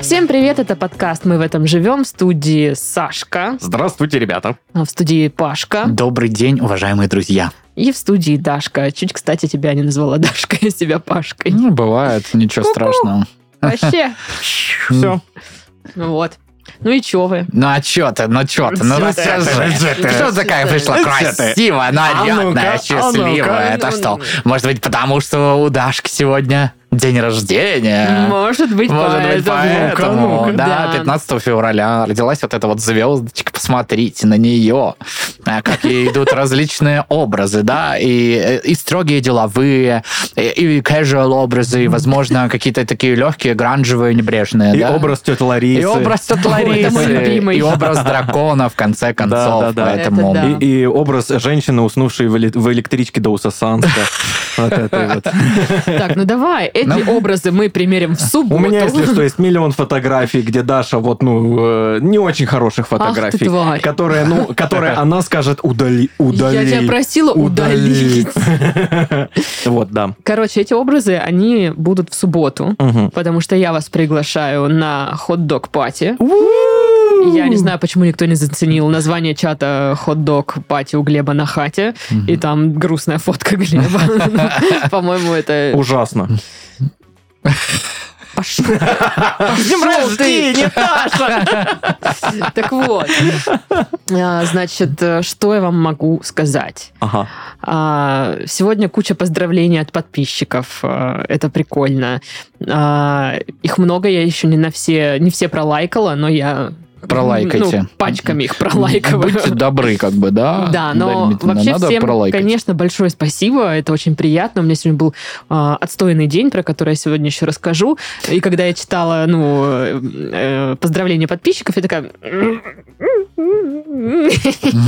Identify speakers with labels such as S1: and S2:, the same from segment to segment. S1: Всем привет, это подкаст «Мы в этом живем» в студии Сашка,
S2: Здравствуйте, ребята.
S1: а в студии Пашка
S3: Добрый день, уважаемые друзья.
S1: и в студии Дашка. Чуть, кстати, тебя не назвала Дашкой, а себя Пашкой.
S3: Ну, бывает, ничего страшного.
S1: Вообще.
S2: Все.
S1: Ну Вот. Ну и чё вы?
S3: Ну а чё ты, ну чё ты, ну
S1: Всё
S3: расскажи.
S1: ты.
S3: Что такая пришла
S2: Всё ты.
S3: красивая,
S2: А ну-ка, а
S3: нарядная,
S2: ну-ка.
S3: счастливая? Это что, может быть, потому что у Дашки сегодня день рождения?
S1: Может быть,
S3: Э, Может быть, поэтому.
S2: Ну-ка,
S3: Да, 15 февраля родилась вот эта вот звездочка. Посмотрите на нее. А, Как ей идут различные образы, да, и, э, и строгие деловые, и, и casual образы, и, возможно, какие-то такие легкие, гранжевые, небрежные.
S2: И
S3: да.
S2: образ тети Ларисы.
S3: И образ тёты
S1: Ой, это мой
S3: Ларисы,
S1: любимый.
S3: и образ дракона, в конце концов.
S2: да.
S3: Поэтому
S1: Это
S2: И, и образ женщины, уснувшей в, эле- в электричке до Усасанска. Вот это вот.
S1: Так, ну давай, эти
S3: Ну.
S1: образы мы примерим в субботу.
S2: У меня, если что, есть миллион фотографий, где Даша, вот, ну, э, не очень хороших
S1: Ах ты
S2: фотографий.
S1: тварь.
S2: Которые, ну, которые она скажет удали, удали.
S1: Я тебя просила удалить.
S2: Вот, да.
S1: Короче, эти образы, они будут в субботу,
S2: Мгм.
S1: потому что я вас приглашаю на хот-дог-пати. Я не знаю, почему никто не заценил название чата «Хот-дог пати у Глеба на хате», и там грустная фотка Глеба. Ну, По-моему, это...
S2: Ужасно.
S1: Пошел Пошел ты!
S2: рождения,
S1: Так вот. А, Значит, э, что я вам могу сказать?
S2: Ага.
S1: А, Сегодня куча поздравлений от подписчиков. а, Это прикольно. А, Их много, я еще не на все, не все пролайкала, но я
S3: Пролайкайте.
S1: ну, пачками их пролайковала.
S3: Будьте добры, как бы, А, ну да?
S1: Да, но
S3: Дарья Дмитриевна,
S1: вообще
S3: надо
S1: всем,
S3: пролайкать.
S1: конечно, большое спасибо. Это очень приятно. У меня сегодня был а, отстойный день, про который я сегодня еще расскажу. И когда я читала, ну, э, э, поздравления подписчиков, я такая...
S3: Мгм.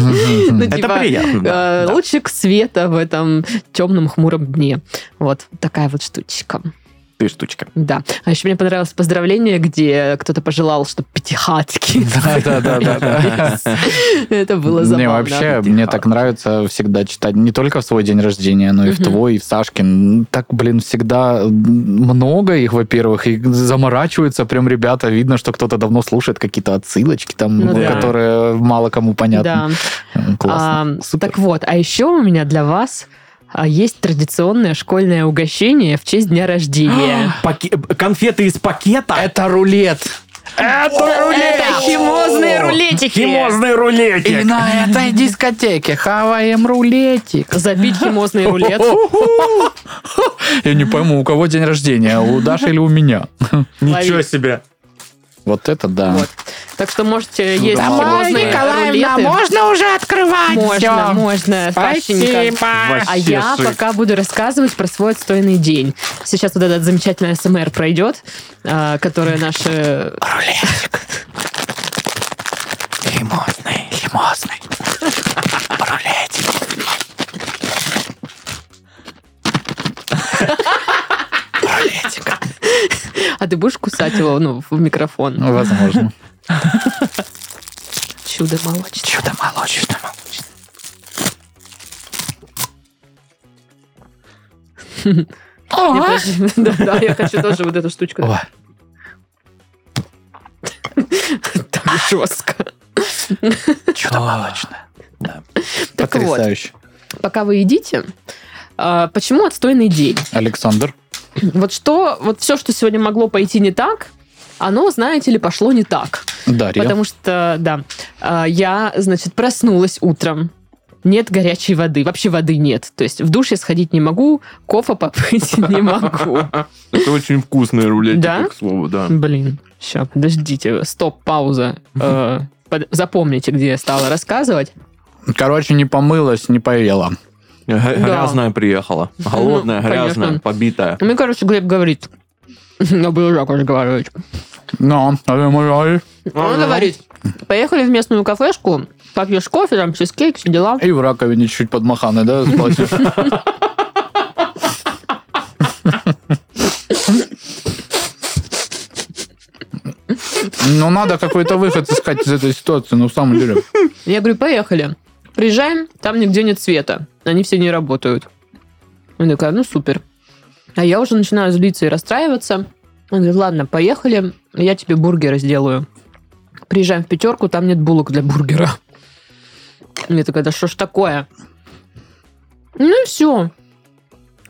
S1: Ну,
S2: Это
S1: типа,
S2: приятно. да,
S1: э,
S2: да.
S1: Лучик света в этом темном хмуром дне. Вот такая вот штучка.
S2: Ты штучка.
S1: Да. А еще мне понравилось поздравление, где кто-то пожелал, что пятихатки.
S3: Да-да-да-да.
S1: Это было забавно.
S3: Не, вообще, мне так нравится всегда читать не только в свой день рождения, но и в
S1: Мгм.
S3: твой, и в Сашкин. Так, блин, всегда много их, во-первых, и заморачиваются прям ребята. Видно, что кто-то давно слушает какие-то отсылочки там,
S1: Ну да.
S3: которые мало кому понятны.
S1: Да.
S3: М, Классно.
S1: А,
S3: Супер.
S1: Так вот, а еще у меня для вас а, есть традиционное школьное угощение в честь дня рождения.
S2: Паке- Конфеты из пакета?
S3: Это рулет!
S2: Это
S1: Это Э, химозные рулетики!
S2: Химозные рулетики.
S3: И на этой дискотеке хаваем рулетик.
S1: Забить химозный рулет.
S3: Я не пойму, у кого день рождения, у Даши или у меня?
S2: Ничего себе.
S3: Вот это да.
S1: Вот. Так что можете есть
S3: Тамара
S1: химозные рулеты.
S3: можно уже открывать?
S1: Можно,
S3: всё?
S1: можно. Сашенька. А
S2: Вообще
S1: я
S2: шик.
S1: пока буду рассказывать про свой отстойный день. Сейчас вот этот замечательный СМР пройдет, а, которое наше
S3: Рулетик. Химозный, химозный. Рулетик. Рулетик.
S1: А ты будешь кусать его ну, в микрофон?
S3: Ну, возможно.
S1: Чудо молочное.
S3: Чудо молочное. молочное.
S1: Я тоже- Да, да, я хочу тоже вот эту штучку.
S3: Ой.
S1: Так жестко.
S3: Чудо молочное. Да.
S1: Так
S3: Потрясающе.
S1: Пока вы едите, а, почему отстойный день?
S3: Александр.
S1: Вот что, вот все, что сегодня могло пойти не так, оно, знаете ли, пошло не так.
S3: Дарья.
S1: Потому что, да, а, я, значит, проснулась утром. Нет горячей воды, вообще воды нет. То есть в душ я сходить не могу, кофе попыть не могу.
S2: Это очень вкусные рулетики,
S1: Да?
S2: к слову, да.
S1: Блин, сейчас, подождите, стоп, пауза. Э, под- Запомните, где я стала рассказывать.
S3: Короче, не помылась, не поела.
S2: Г- Грязная приехала. Голодная,
S1: Ну,
S2: грязная,
S1: конечно.
S2: побитая.
S1: Мне, Ну, короче, Глеб говорит, ну, я буду так разговаривать.
S3: Но, а я мыла,
S1: Он говорит, поехали в местную кафешку, попьешь кофе, там чизкейк, все дела.
S3: и в раковине чуть-чуть под маханы, да, сплотишь? Ну, надо какой-то выход искать из этой ситуации, ну, в самом деле.
S1: Я говорю, поехали. Приезжаем, там нигде нет света. Они все не работают. Я такая, ну супер. А я уже начинаю злиться и расстраиваться. Он говорит, ладно, поехали, я тебе бургеры сделаю. Приезжаем в пятерку, там нет булок для бургера. Я такая, да что ж такое? Ну и все.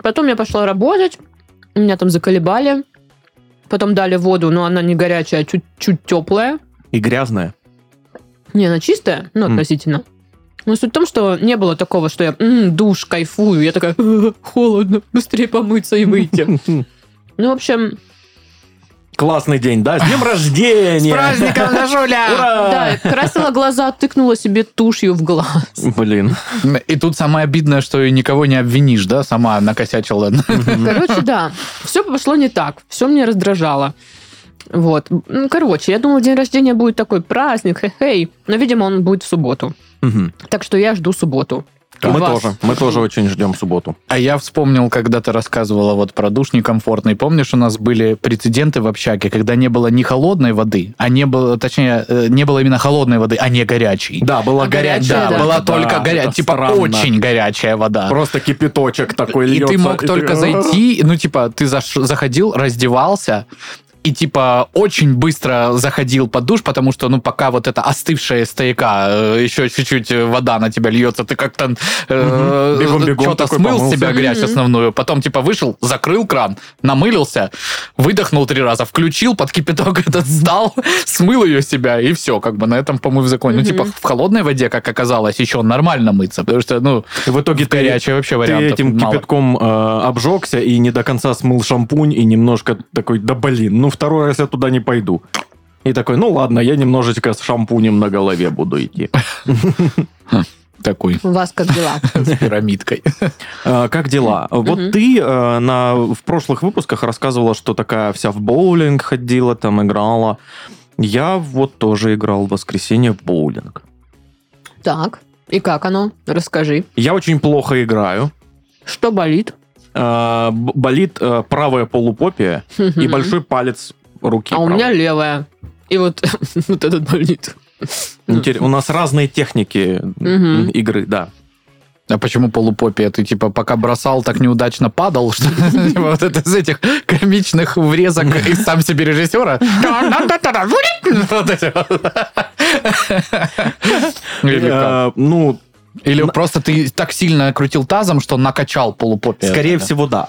S1: Потом я пошла работать, меня там заколебали. Потом дали воду, но она не горячая, а чуть-чуть теплая.
S2: И грязная.
S1: Не, она чистая, ну,
S2: М.
S1: относительно. Но суть в том, что не было такого, что я «М, душ, кайфую. Я такая, «Э, холодно, быстрее помыться и выйти. Ну, в общем,
S2: Классный день, да? С днем
S3: С
S2: рождения!
S3: праздником, Дашуля!
S1: да,
S2: Ура!
S1: красила глаза, тыкнула себе тушью в глаз.
S2: Блин.
S3: И тут самое обидное, что и никого не обвинишь, да? Сама накосячила.
S1: Короче, да, все пошло не так, все мне раздражало. Вот. Ну, короче, я думала, день рождения будет такой праздник, хе-хей. Но, видимо, он будет в субботу.
S2: Мгм.
S1: Так что я жду субботу. И
S2: А Мы
S1: вас.
S2: тоже. Мы тоже очень ждем субботу.
S3: А я вспомнил, когда ты рассказывала вот про душ некомфортный. Помнишь, у нас были прецеденты в общаге, когда не было ни холодной воды, а не было, точнее, э, не было именно холодной воды, а не горячей.
S2: Да, была
S1: А горячая,
S3: Да,
S1: да.
S3: была только горячая,
S2: это
S3: типа
S2: странно.
S3: очень горячая вода.
S2: Просто кипяточек такой
S3: И
S2: льется.
S3: ты мог только
S2: «А-а-а».
S3: зайти, ну, типа, ты заш- заходил, раздевался, и, типа, очень быстро заходил под душ, потому что, ну, пока вот эта остывшая из стояка, э, еще чуть-чуть э, вода на тебя льется, ты как-то
S2: Мгм. Бегом-бегом
S3: что-то
S2: такой
S3: смыл с
S2: помылся.
S3: себя грязь
S1: Мгм.
S3: основную, потом, типа, вышел, закрыл кран, намылился, выдохнул три раза, включил, под кипяток этот сдал, смыл ее с себя, и все, как бы на этом, по-моему, законе.
S1: Мгм.
S3: Ну, типа, в холодной воде, как оказалось, еще нормально мыться, потому что, ну,
S2: И В итоге ты,
S3: горячая вообще
S2: ты
S3: вариантов
S2: этим
S3: мало.
S2: кипятком э, обжегся и не до конца смыл шампунь и немножко такой, да блин, ну второй раз я туда не пойду. И такой, ну ладно, я немножечко с шампунем на голове буду идти.
S3: Такой.
S1: У вас как дела?
S3: с пирамидкой.
S2: Э, Как дела? Вот
S1: Мгм.
S2: ты э, на, в прошлых выпусках рассказывала, что такая вся в боулинг ходила, там играла. Я вот тоже играл в воскресенье в боулинг.
S1: Так, и как оно? Расскажи.
S2: Я очень плохо играю.
S1: Что болит?
S2: Э, б- Болит э, правая полупопия и большой палец руки.
S1: А у
S2: правой.
S1: меня левая. И вот вот этот болит.
S3: Ну,
S2: Интер- У нас разные техники м,
S1: Мгм.
S2: игры, да.
S3: А почему полупопия? Ты типа пока бросал, так неудачно падал, что типа, вот это из этих комичных врезок и сам себе режиссера. Вот это вот. Или как?
S2: Э, Ну,
S3: Или просто ты так сильно крутил тазом, что накачал полупопию.
S2: скорее всего, да.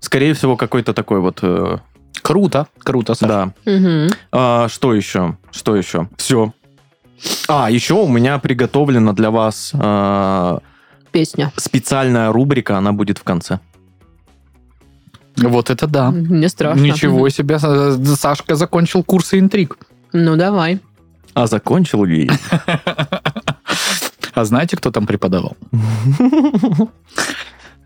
S2: Скорее всего, какой-то такой вот... э,
S3: Круто, круто, Саш.
S2: Да.
S1: Мгм.
S2: А, что еще? Что еще? Все. А, еще у меня приготовлена для вас э,
S1: Песня.
S2: специальная рубрика, она будет в конце.
S3: Вот это да.
S1: Мне страшно.
S3: Ничего себе, э, Сашка закончил курсы интриг.
S1: Ну, давай.
S2: А закончил ли?
S3: А знаете, кто там преподавал?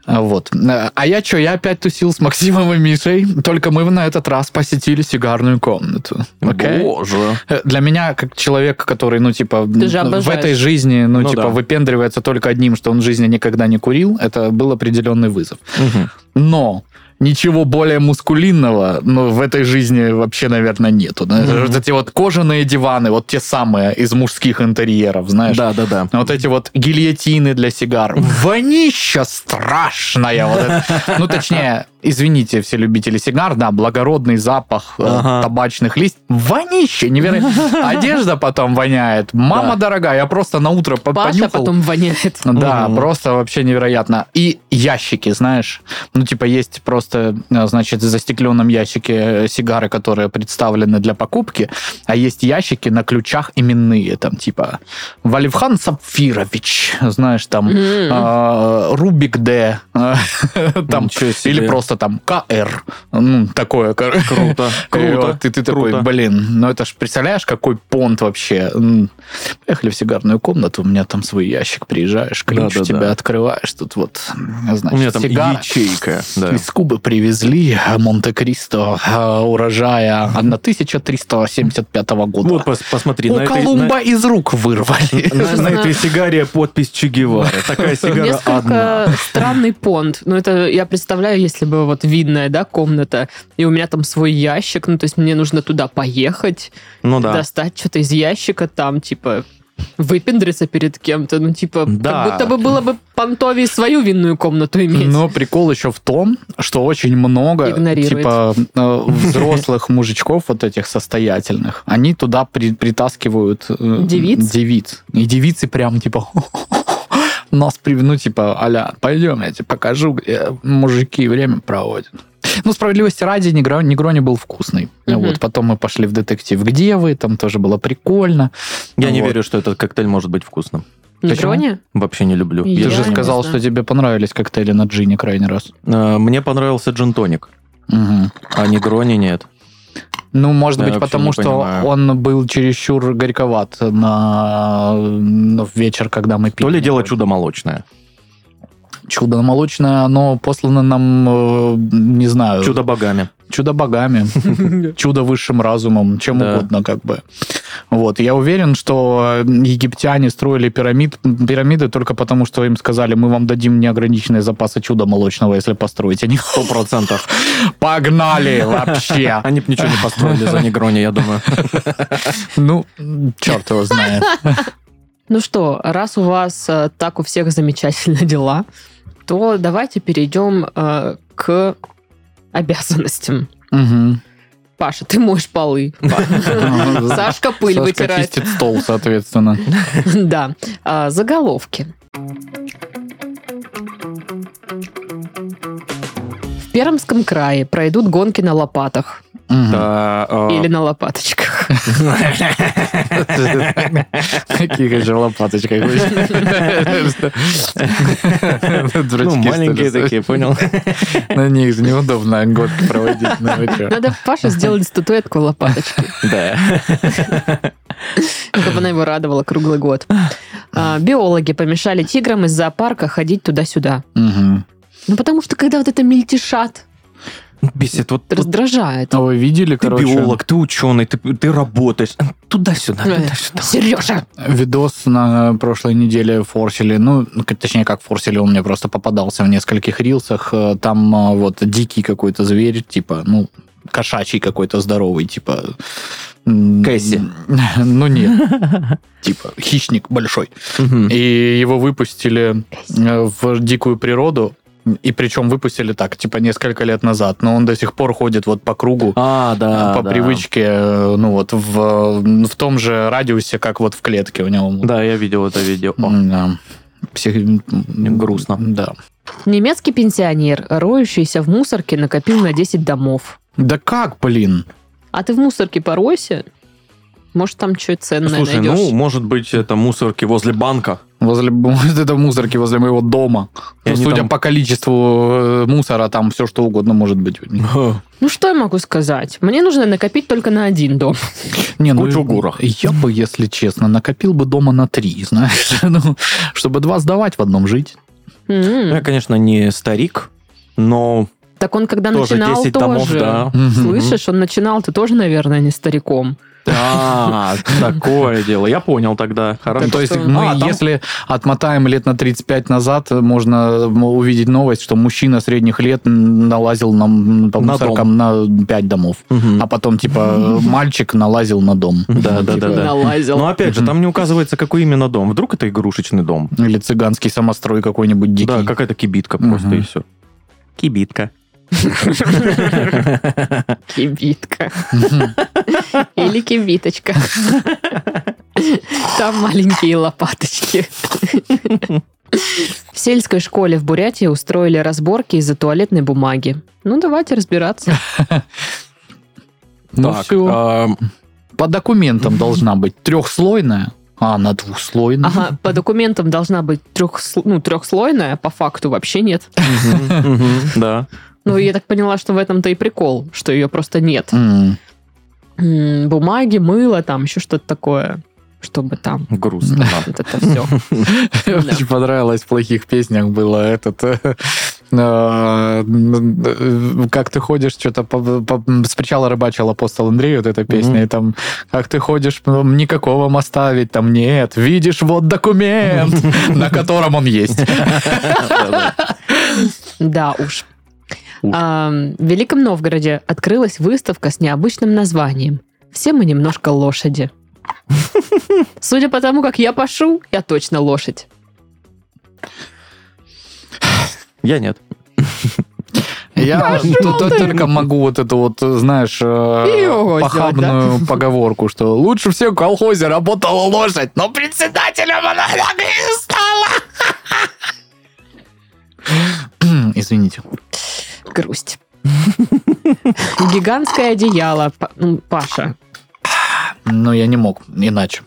S3: А Вот. Э, А я что, я опять тусил с Максимом и Мишей, только мы на этот раз посетили сигарную комнату. Окей?
S2: Боже.
S3: Э, Для меня, как человек, который, ну, типа,
S1: же
S3: м, в
S1: обожаешь.
S3: этой жизни, ну,
S2: Ну
S3: типа,
S2: да.
S3: выпендривается только одним, что он в жизни никогда не курил, это был определенный вызов.
S2: Мгм.
S3: Но ничего более мускулинного ну, в этой жизни вообще, наверное, нету. да.
S2: Мгм.
S3: Вот эти вот кожаные диваны, вот те самые из мужских интерьеров, знаешь.
S2: Да, да, да.
S3: А Вот эти вот гильотины для сигар. Вонища страшная. вот это. Ну, точнее, извините, все любители сигар, да, благородный запах э,
S2: Ага.
S3: табачных лист. Вонище, невероятно. Одежда потом воняет. Мама дорогая, я просто на утро по-
S1: Паша
S3: понюхал.
S1: потом воняет.
S3: Да,
S2: Мгм.
S3: просто вообще невероятно. И ящики, знаешь, ну типа есть просто, э, значит, в застекленном ящике э, сигары, которые представлены для покупки, а есть ящики на ключах именные, там типа Валевхан Сапфирович, знаешь, там
S1: Мгм.
S3: э, Рубик Д, э, там
S2: Ничего себе.
S3: или просто там КР, ну такое, кор-
S2: Круто,
S3: и
S2: круто.
S3: вот ты, ты такой,
S2: круто.
S3: блин, ну это ж представляешь, какой понт вообще. М, Поехали в сигарную комнату, у меня там свой ящик, приезжаешь, ключ
S2: Да-да-да.
S3: у тебя открываешь, тут вот, м, значит,
S2: У меня там
S3: сигара.
S2: ячейка. да.
S3: Из Кубы привезли а, Монте-Кристо а, урожая 1375 года.
S2: Вот пос- посмотри,
S3: У
S2: на этой-
S3: Колумба из рук
S2: на-
S3: вырвали.
S2: на- на этой сигаре подпись Че Гевары. Такая сигара одна.
S1: Несколько странный понт. Ну, это я представляю, если бы вот видная, да, комната, и у меня там свой ящик, ну, то есть мне нужно туда поехать,
S2: Ну да.
S1: достать что-то из ящика там, типа, выпендриться перед кем-то. Ну, типа,
S3: Да. Ну,
S1: как будто бы было бы понтовей свою винную комнату иметь.
S3: Но прикол еще в том, что очень много
S1: Игнорирует.
S3: типа э, взрослых мужичков вот этих состоятельных, они туда при- притаскивают э,
S1: Девиц?
S3: девиц. И девицы прям типа нас при- ну типа аля, пойдем, я тебе покажу, где мужики время проводят. Ну, справедливости ради, Негро- Негрони был вкусный.
S1: Мгм.
S3: Вот, потом мы пошли в детектив «Где вы?», там тоже было прикольно.
S2: Я не
S3: Вот.
S2: верю, что этот коктейль может быть вкусным.
S1: Негрони?
S2: Вообще не люблю.
S1: Я
S3: Ты же
S1: не
S3: сказал,
S1: знаю.
S3: что тебе понравились коктейли на джине крайний раз.
S2: Э, Мне понравился джин-тоник,
S3: Мгм.
S2: а негрони нет.
S3: Ну, может
S2: Я
S3: быть,
S2: вообще
S3: потому
S2: не
S3: что
S2: понимаю.
S3: он был чересчур горьковат на, на вечер, когда мы пили.
S2: То ли дело чудо молочное.
S3: Чудо молочное, оно послано нам, э, не знаю,
S2: Чудо богами.
S3: чудо богами, чудо высшим разумом, чем
S2: Да.
S3: угодно как бы. Вот, я уверен, что египтяне строили пирамид, пирамиды только потому, что им сказали, мы вам дадим неограниченные запасы чуда молочного, если построите. Они
S2: Сто процентов.
S3: погнали вообще.
S2: Они б ничего не построили за негрони, я думаю.
S3: Ну, черт его знает.
S1: Ну что, раз у вас э, так у всех замечательно дела, то давайте перейдем э, к обязанностям.
S3: Мгм.
S1: Паша, ты моешь полы. Сашка пыль
S3: Сашка
S1: вытирает.
S3: чистит стол, соответственно.
S1: Да. А, Заголовки. В Пермском крае пройдут гонки на лопатах.
S3: Мгм.
S2: Да, э,
S1: Или на лопаточках.
S3: Каких же лопаточках.
S2: Ну, маленькие такие, понял?
S3: На них же неудобно гонки проводить. ну, вы чё.
S1: Надо Паше сделать статуэтку лопаточки,
S2: Да.
S1: чтобы она его радовала круглый год. А, Биологи помешали тиграм из зоопарка ходить туда-сюда.
S3: Мгм.
S1: Ну, потому что когда вот это мельтешат,
S2: Бесит. Вот
S1: это раздражает.
S3: А вы видели,
S2: ты
S3: короче,
S2: биолог, ты ученый, ты ты работаешь. Туда-сюда,
S1: Ну, э,
S2: туда-сюда.
S1: Сережа!
S3: видос на прошлой неделе форсили, ну, к- точнее, как форсили, он мне просто попадался в нескольких рилсах. Э, Там э, вот дикий какой-то зверь, типа, ну, кошачий какой-то здоровый, типа... м,
S2: Кэсси.
S3: Ну, нет. Типа, хищник большой.
S2: Мгм.
S3: И его выпустили э, в дикую природу. И причем выпустили так, типа, несколько лет назад. Но он до сих пор ходит вот по кругу.
S2: А, да.
S3: по
S2: да.
S3: привычке, э, ну вот, в, э, в том же радиусе, как вот в клетке у него.
S2: Да, я видел это видео. О,
S3: М, да. Псих- м,
S2: грустно.
S3: Да.
S1: Немецкий пенсионер, роющийся в мусорке, накопил на 10 домов.
S3: Да как, блин?
S1: А ты в мусорке поройся. Может, там что ценное
S2: Слушай,
S1: найдешь.
S2: ну, может быть, это мусорки возле банка.
S3: Возле вот это мусорки возле моего дома.
S2: И
S3: Ну,
S2: они
S3: судя
S2: там-
S3: по количеству э, мусора, там все что угодно может быть.
S1: Ну, что я могу сказать? Мне нужно накопить только на один дом.
S3: Не, ну,
S2: Кучу гурах.
S3: Я бы, если честно, накопил бы дома на три, знаешь, ну, чтобы два сдавать в одном жить.
S1: М.
S2: Я, конечно, не старик, но
S1: М-м. Так он, когда
S2: тоже
S1: А начинал,
S2: 10 домов,
S1: тоже.
S2: да.
S1: Слышишь, он начинал, ты тоже, наверное, не стариком.
S2: А, такое дело. Я понял тогда.
S3: Ну, то
S2: Хорошо.
S3: есть
S1: что-
S3: мы,
S2: А, там-
S3: если отмотаем лет на 35 назад, можно увидеть новость, что мужчина средних лет налазил на, м, по
S2: На
S3: мусоркам на 5 домов.
S2: Мгм.
S3: А потом, типа, мальчик налазил на дом.
S2: Да, да,
S1: Типа,
S2: да, Ну, а да.
S1: налазил.
S2: Но опять же, там не указывается, какой именно дом. Вдруг это игрушечный дом.
S3: Или цыганский самострой какой-нибудь дикий.
S2: Да, какая-то кибитка просто
S3: Мгм.
S2: и все. Кибитка.
S1: Кибитка. Или кибиточка. Там маленькие лопаточки. В сельской школе в Бурятии устроили разборки из-за туалетной бумаги. Ну, давайте разбираться.
S3: Ну
S2: Так,
S3: все,
S2: эм,
S3: по документам должна быть трехслойная, а она двухслойная.
S1: Ага, по документам должна быть трехсло- ну, трехслойная, по факту вообще нет.
S2: мгм, мгм, Да.
S1: Ну, я так поняла, что в этом-то и прикол, что ее просто нет.
S3: М,
S1: М, Бумаги, мыло, там еще что-то такое, чтобы там
S2: Грустно. да.
S1: вот это все.
S3: Очень понравилось в плохих песнях было этот... э, э, Как ты ходишь, что-то по- по- с причала рыбачил апостол Андрей, вот эта песня, и там, как ты ходишь, м, никакого моста ведь там нет, видишь, вот документ, на котором он есть.
S1: Да уж.
S2: Уж.
S1: А, в Великом Новгороде открылась выставка с необычным названием. Все мы немножко лошади. Судя по тому, как я пашу, я точно лошадь.
S2: Я нет.
S3: Я тут только могу вот эту вот, знаешь,
S1: И
S3: э,
S1: его
S3: похабную поговорку, что лучше всех в колхозе работала лошадь, но председателем она так и не стала. Извините.
S1: Грусть. Гигантское одеяло, Па- ну, Паша.
S3: Но я не мог иначе.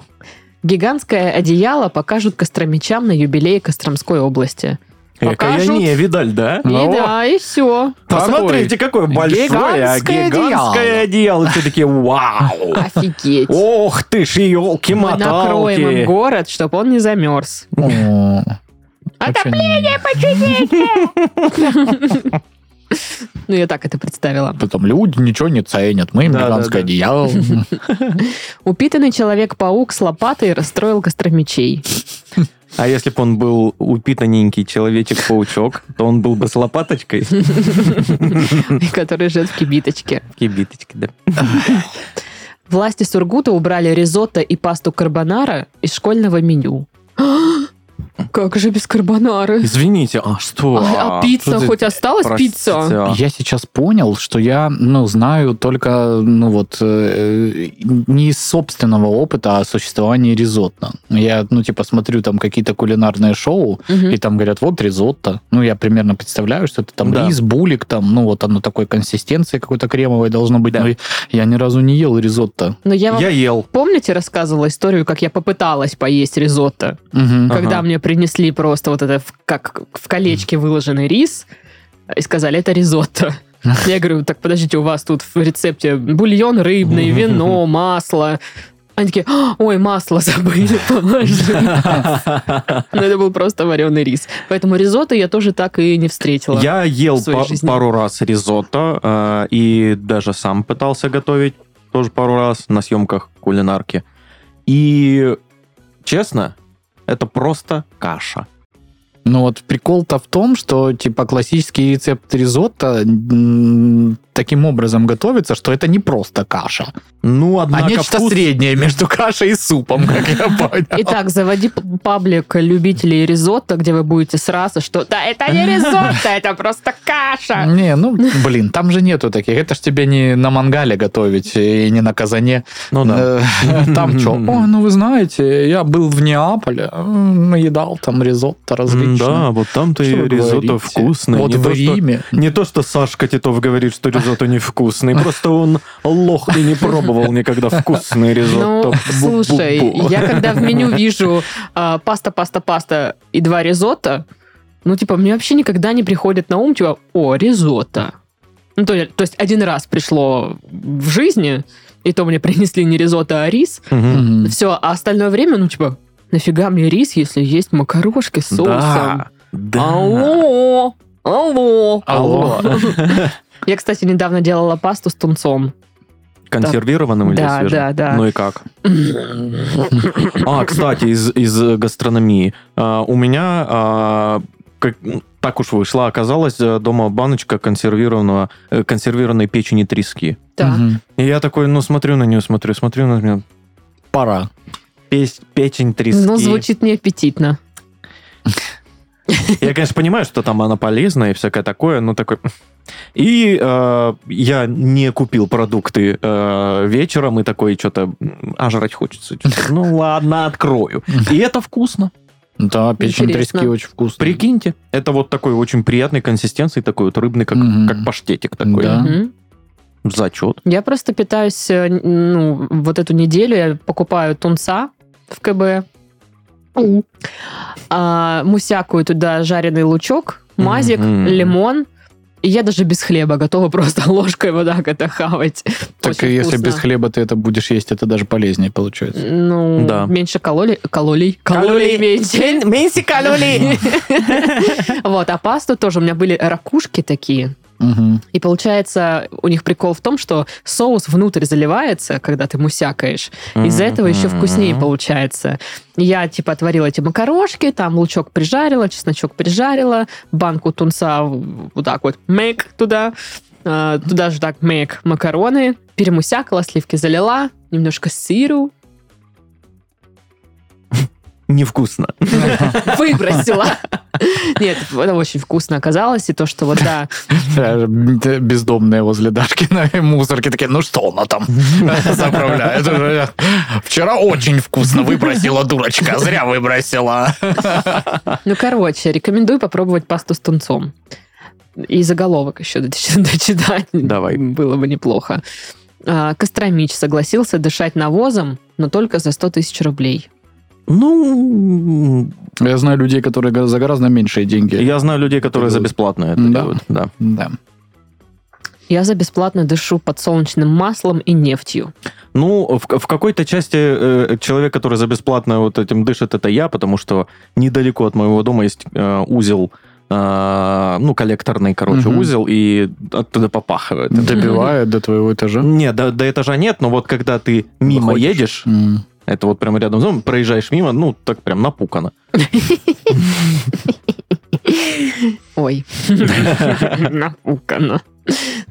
S1: Гигантское одеяло покажут костромичам на юбилее Костромской области. Покажут.
S2: Покажут. не видаль, да?
S1: И
S3: Ну,
S1: да, и все.
S2: Посмотрите, какое большое а
S3: Гигантское
S2: гигантское одеяло. Все такие, вау!
S1: Офигеть.
S2: Ох ты ж,
S1: Мы накроем им
S2: елки-моталки!
S1: город, чтобы он не замерз.
S3: О, очень-
S1: Ну, я так это представила.
S3: Потом люди ничего не ценят, мы им
S2: Да, да,
S3: гигантское
S2: да.
S3: одеяло.
S1: Упитанный человек-паук с лопатой расстроил костромичей.
S2: А если бы он был упитаненький человечек-паучок, то он был бы с лопаточкой,
S1: который живет в кибиточке.
S2: кибиточки, да.
S1: Власти Сургута убрали ризотто и пасту карбонара из школьного меню. Как же без карбонары?
S2: Извините, а что?
S1: А, а пицца?
S2: Что за-
S1: Хоть осталась
S2: Простите,
S1: пицца?
S2: а.
S3: Я сейчас понял, что я, ну, знаю только, ну, вот, э, не из собственного опыта а о существовании ризотто. Я, ну, типа, смотрю там какие-то кулинарные шоу,
S1: Мгм.
S3: и там говорят, вот ризотто. Ну, я примерно представляю, что это там
S2: Да.
S3: рис, булик, там, ну, вот оно такой консистенции какой-то кремовой должно быть.
S2: Да.
S3: Но я ни разу не ел ризотто.
S1: Но я вам,
S2: Я ел.
S1: помните, рассказывала историю, как я попыталась поесть ризотто?
S3: Мгм.
S2: Ага.
S1: Когда мне принесли просто вот это, в- как в колечке выложенный рис, и сказали, это ризотто. Я говорю, так подождите, у вас тут в рецепте бульон рыбный, вино, масло. Они такие, «А, ой, масло забыли положить. Но это был просто вареный рис. Поэтому ризотто я тоже так и не встретила.
S2: Я ел
S1: в своей
S2: па-
S1: жизни.
S2: пару раз ризотто э, и даже сам пытался готовить тоже пару раз на съемках кулинарки. И честно, это просто каша.
S3: Ну вот прикол-то в том, что типа классический рецепт ризотто м, таким образом готовится, что это не просто каша,
S2: Ну,
S3: а
S2: однако
S3: нечто
S2: вкус-
S3: среднее между кашей и супом, как я понял.
S1: Итак, заводи п- паблик любителей ризотто, где вы будете сразу, что да, это не ризотто, это просто каша.
S3: Не, ну, блин, там же нету таких. Это ж тебе не на мангале готовить и не на казане.
S2: Ну да.
S3: Э, Там что? Ой, ну вы знаете, я был в Неаполе, э, наедал там
S2: Да,
S3: ризотто различное.
S2: вот там-то
S3: Что
S2: и
S3: вы
S2: ризотто
S3: говорите?
S2: вкусное.
S3: Вот
S2: не,
S3: в
S2: то, что,
S3: Риме.
S2: не то, что Сашка Титов говорит, что ризотто невкусный. Просто он лох и не пробовал никогда вкусный ризотто.
S1: Ну,
S2: Бу-бу-бу.
S1: слушай, я когда в меню вижу а, паста, паста, паста и два ризотто, ну, типа, мне вообще никогда не приходит на ум, типа, о, ризотто. Ну, то, то есть один раз пришло в жизни, и то мне принесли не ризотто, а рис,
S2: Мгм.
S3: Мгм.
S1: Все, а остальное время, ну, типа, нафига мне рис, если есть макарошки с соусом?
S2: Да, да.
S1: Алло! Алло!
S3: Алло.
S1: Я, кстати, недавно делала пасту с тунцом.
S2: Консервированным или
S1: Да,
S2: свежим?
S1: да, да.
S2: Ну и как? А, кстати, из, из гастрономии. А, у меня а, как- так уж вышло, оказалась э, дома баночка консервированного, э, консервированной печени трески.
S1: Так.
S3: Мгм.
S2: И я такой, ну, смотрю на нее, смотрю, смотрю на меня.
S3: Пора.
S2: Песь- печень трески.
S1: Ну, звучит неаппетитно.
S2: Я, конечно, понимаю, что там она полезна и всякое такое, но такой... И э, я не купил продукты э, вечером, и такой что-то... А жрать хочется. чё-то. Ну ладно, открою. И это вкусно.
S3: Да, печень
S1: Интересно.
S3: трески очень вкусная.
S2: Прикиньте, это вот такой очень приятной консистенции, такой вот рыбный, как,
S3: Мгм.
S2: как паштетик такой.
S3: Да.
S1: Мгм.
S2: Зачет.
S1: Я просто питаюсь, э, ну, вот эту неделю я покупаю тунца в КБ, а, мусякую туда жареный лучок, мазик,
S2: Мгм.
S1: лимон. И я даже без хлеба готова просто ложкой вот так это хавать.
S3: Так
S1: Очень
S3: и если
S1: вкусно.
S3: без хлеба ты это будешь есть, это даже полезнее получается.
S1: Ну,
S2: Да.
S1: меньше калорий. Калорий. Калорий меньше.
S2: Меньше
S1: Вот, а пасту тоже. У меня были ракушки такие.
S3: Мгм.
S1: И получается, у них прикол в том, что соус внутрь заливается, когда ты мусякаешь. Из-за этого еще вкуснее получается. Я, типа, отварила эти макарошки, там лучок прижарила, чесночок прижарила, банку тунца в- вот так вот мэк туда, э, туда же так мэк макароны, перемусякала, сливки залила, немножко сыру,
S2: невкусно.
S1: Выбросила. Нет, это очень вкусно оказалось. И то, что вот, да,
S3: Э, Бездомные возле Дашкина и мусорки такие, ну что она там заправляет? уже? Вчера очень вкусно выбросила, дурочка, зря выбросила.
S1: Ну, короче, рекомендую попробовать пасту с тунцом. И заголовок еще доч- дочитать.
S2: Давай.
S1: Было бы неплохо. А, Костромич согласился дышать навозом, но только за 100 тысяч рублей.
S2: Ну, м,
S3: Я знаю людей, которые га- за гораздо меньшие деньги.
S2: я знаю людей, которые за бесплатно это
S3: Да.
S2: делают. Да.
S3: Да.
S1: Я за бесплатно дышу подсолнечным маслом и нефтью.
S2: Ну, в, в какой-то части э, человек, который за бесплатно вот этим дышит, это я, потому что недалеко от моего дома есть э, узел, э, ну, коллекторный, короче,
S3: Мгм.
S2: узел, и оттуда попахивает.
S3: Добивает до твоего этажа.
S2: Нет, до, до этажа нет, но вот когда ты мимо
S3: Выходишь.
S2: едешь,
S3: М.
S2: это вот прямо рядом с домом, проезжаешь мимо, ну, так прям напукано.
S1: Ой. Напукано.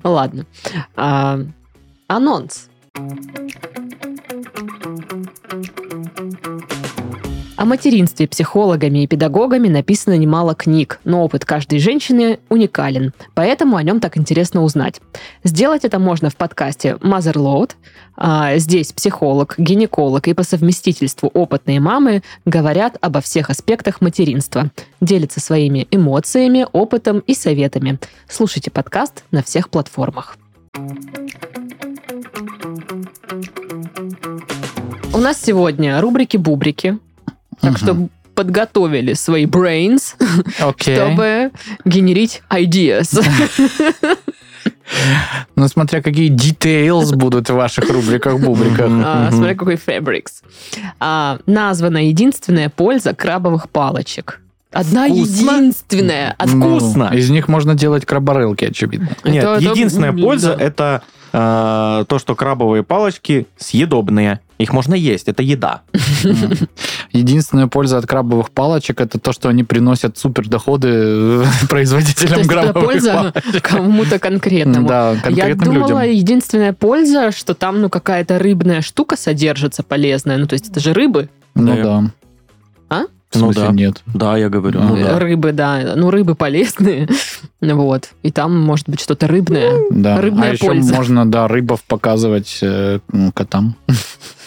S1: Ну, Ладно. А, Анонс. О материнстве психологами и педагогами написано немало книг, но опыт каждой женщины уникален, поэтому о нем так интересно узнать. Сделать это можно в подкасте Motherload. А, Здесь психолог, гинеколог и по совместительству опытные мамы говорят обо всех аспектах материнства, делятся своими эмоциями, опытом и советами. Слушайте подкаст на всех платформах. У нас сегодня рубрики-бубрики, так что подготовили свои brains,
S3: Окей.
S1: чтобы генерить ideas.
S3: Ну, смотря какие details будут в ваших рубриках-бубриках.
S1: А,
S2: Мгм.
S1: Смотря какой фабрикс. А, Названа единственная польза крабовых палочек. Одна
S2: Вкусно?
S1: единственная. От-
S3: Ну,
S2: Вкусно.
S3: Из них можно делать краборылки, очевидно.
S2: Нет,
S1: Это- это,
S2: единственная
S1: м,
S2: польза
S1: да.
S2: это э, то, что крабовые палочки съедобные. Их можно есть, это еда.
S3: Мгм. Единственная польза от крабовых палочек это то, что они приносят супер доходы э,
S1: То
S3: производителям
S1: есть это
S3: крабовых
S1: польза
S3: палочек.
S1: кому-то конкретному.
S3: Да,
S1: Я
S3: конкретным людям.
S1: думала, единственная польза, что там ну какая-то рыбная штука содержится полезная. Ну, то есть это же рыбы.
S3: Ну да.
S1: А?
S3: В смысле,
S2: Ну да.
S3: нет.
S2: Да, я говорю.
S3: Ну
S1: Э,
S3: да.
S1: Рыбы, да. Ну, рыбы полезные. Вот. И там может быть что-то рыбное.
S3: Да.
S1: Рыбная
S3: а еще
S1: польза.
S3: можно, да, рыбов показывать э, ну, котам.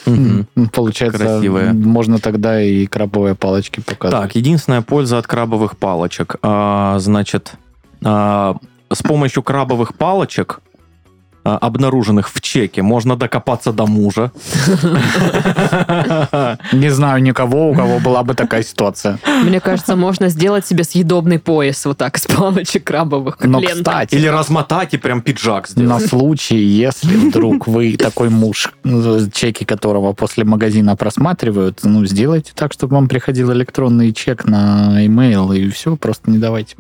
S2: Мгм.
S3: Получается,
S2: Красивая.
S3: можно тогда и крабовые палочки показывать.
S2: Так, единственная польза от крабовых палочек. А, значит, а, с помощью крабовых палочек, а, обнаруженных в чеке, можно докопаться до мужа.
S3: Не знаю никого, у кого была бы такая ситуация.
S1: Мне кажется, можно сделать себе съедобный пояс вот так из палочек крабовых, как
S3: Но,
S1: лента.
S3: кстати,
S2: Или размотать и прям пиджак
S3: на
S2: сделать.
S3: случай, если вдруг вы такой муж, э, чеки которого после магазина просматривают, ну, сделайте так, чтобы вам приходил электронный чек на имейл, и все, просто не давайте.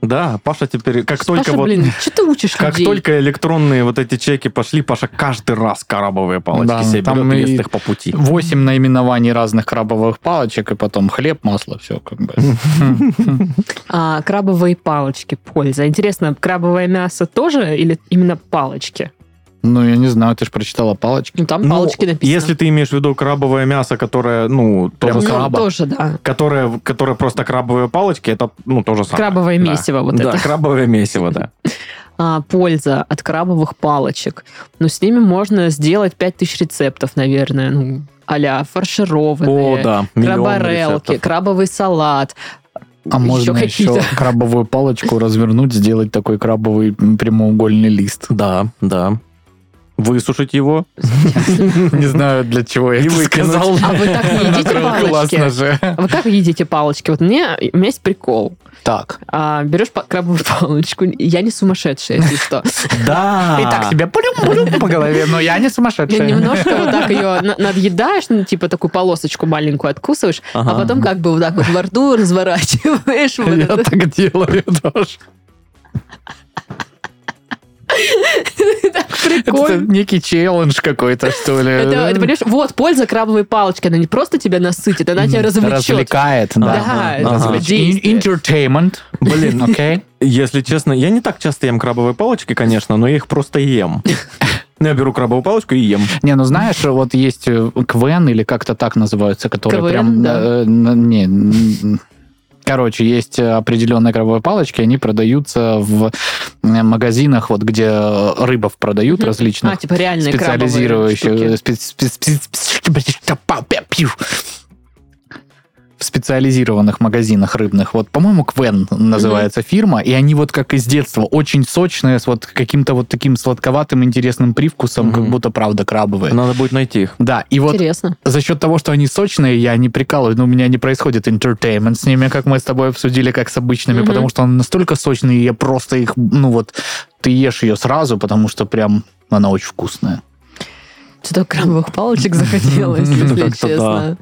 S2: Да, Паша теперь, как только
S1: Паша,
S2: вот...
S1: блин, что ты учишь
S2: Как
S1: людей?
S2: только электронные вот эти чеки пошли, Паша каждый раз крабовые палочки
S3: Да,
S2: себе
S3: там
S2: берет и
S3: и-
S2: ест их по пути.
S3: Восемь наименований разных крабовых палочек, и потом хлеб, масло, все как бы.
S1: А, крабовые палочки польза. Интересно, крабовое мясо тоже или именно палочки?
S3: Ну, я не знаю, ты же прочитала палочки.
S1: Ну, там
S2: Ну,
S1: палочки написано.
S2: Если ты имеешь в виду крабовое мясо, которое, ну,
S1: Ну,
S2: тоже
S3: Прямо краба.
S1: тоже, да.
S2: которое, которое просто крабовые палочки, это, ну, то же самое.
S1: Крабовое
S2: Да.
S1: месиво вот
S2: Да,
S1: это.
S2: крабовое месиво, да.
S1: А, польза от крабовых палочек. Ну, с ними можно сделать 5000 рецептов, наверное. Ну, а-ля фаршированные,
S2: О, да, миллион
S1: краборелки,
S2: рецептов.
S1: крабовый салат.
S3: А можно еще
S1: какие-то.
S3: крабовую палочку развернуть, сделать такой крабовый м, прямоугольный лист.
S2: Да, да. Высушить его.
S3: Не знаю, для чего я
S2: И
S3: это
S2: выкинуть.
S3: сказал.
S1: А вы так не едите
S3: Классно
S1: палочки?
S3: же.
S1: А Вы как едите палочки? Вот мне, у меня есть прикол.
S3: Так.
S1: А, берешь па- крабовую палочку. Я не сумасшедшая, если что.
S2: Да.
S3: И так себе пулюм-пулюм по голове, но я
S1: А.
S3: не
S1: Я
S3: сумасшедшая.
S1: немножко вот так ее на- надъедаешь, ну, типа такую полосочку маленькую откусываешь, а
S2: Ага.
S1: потом как бы вот так вот во рту разворачиваешь. вот
S3: Я
S1: это.
S3: так делаю тоже.
S1: Так
S3: Это
S1: прикольно.
S3: некий челлендж какой-то, что ли.
S1: Это, это, понимаешь, вот польза крабовой палочки. Она не просто тебя насытит, она тебя развлечет.
S3: Развлекает, да.
S1: Да,
S2: Ага.
S1: развлечет.
S3: Ин-
S1: Действие.
S3: Entertainment.
S2: Блин.
S3: окей.
S2: Если честно, я не так часто ем крабовые палочки, конечно, но я их просто ем. Я беру крабовую палочку и ем.
S3: Не, ну знаешь, вот есть э, КВН или как-то так называются, которые
S1: КВН,
S3: прям...
S1: да.
S3: э, н- не, н- короче, есть э, определенные крабовые палочки, они продаются в э, магазинах, вот где э, рыбов продают
S1: Мгм.
S3: различных.
S1: А, типа реальные крабовые штуки.
S3: специализирующих... спе- спе- спе- В специализированных магазинах рыбных. Вот, по-моему, Квен называется фирма, и они вот как из детства очень сочные, с вот каким-то вот таким сладковатым интересным привкусом, как
S2: Мгм.
S3: будто правда крабовые.
S2: Надо будет найти их.
S3: Да, и вот
S1: Ну, Интересно.
S3: за счет того, что они сочные, я не прикалываю, но у меня не происходит интертеймент с ними, как мы с тобой обсудили, как с обычными,
S1: Мгм.
S3: потому что он настолько сочный, и я просто их, ну вот, ты ешь ее сразу, потому что прям она очень вкусная.
S1: Что-то крабовых палочек захотелось,
S2: Ну,
S1: если
S2: как-то да.
S1: честно.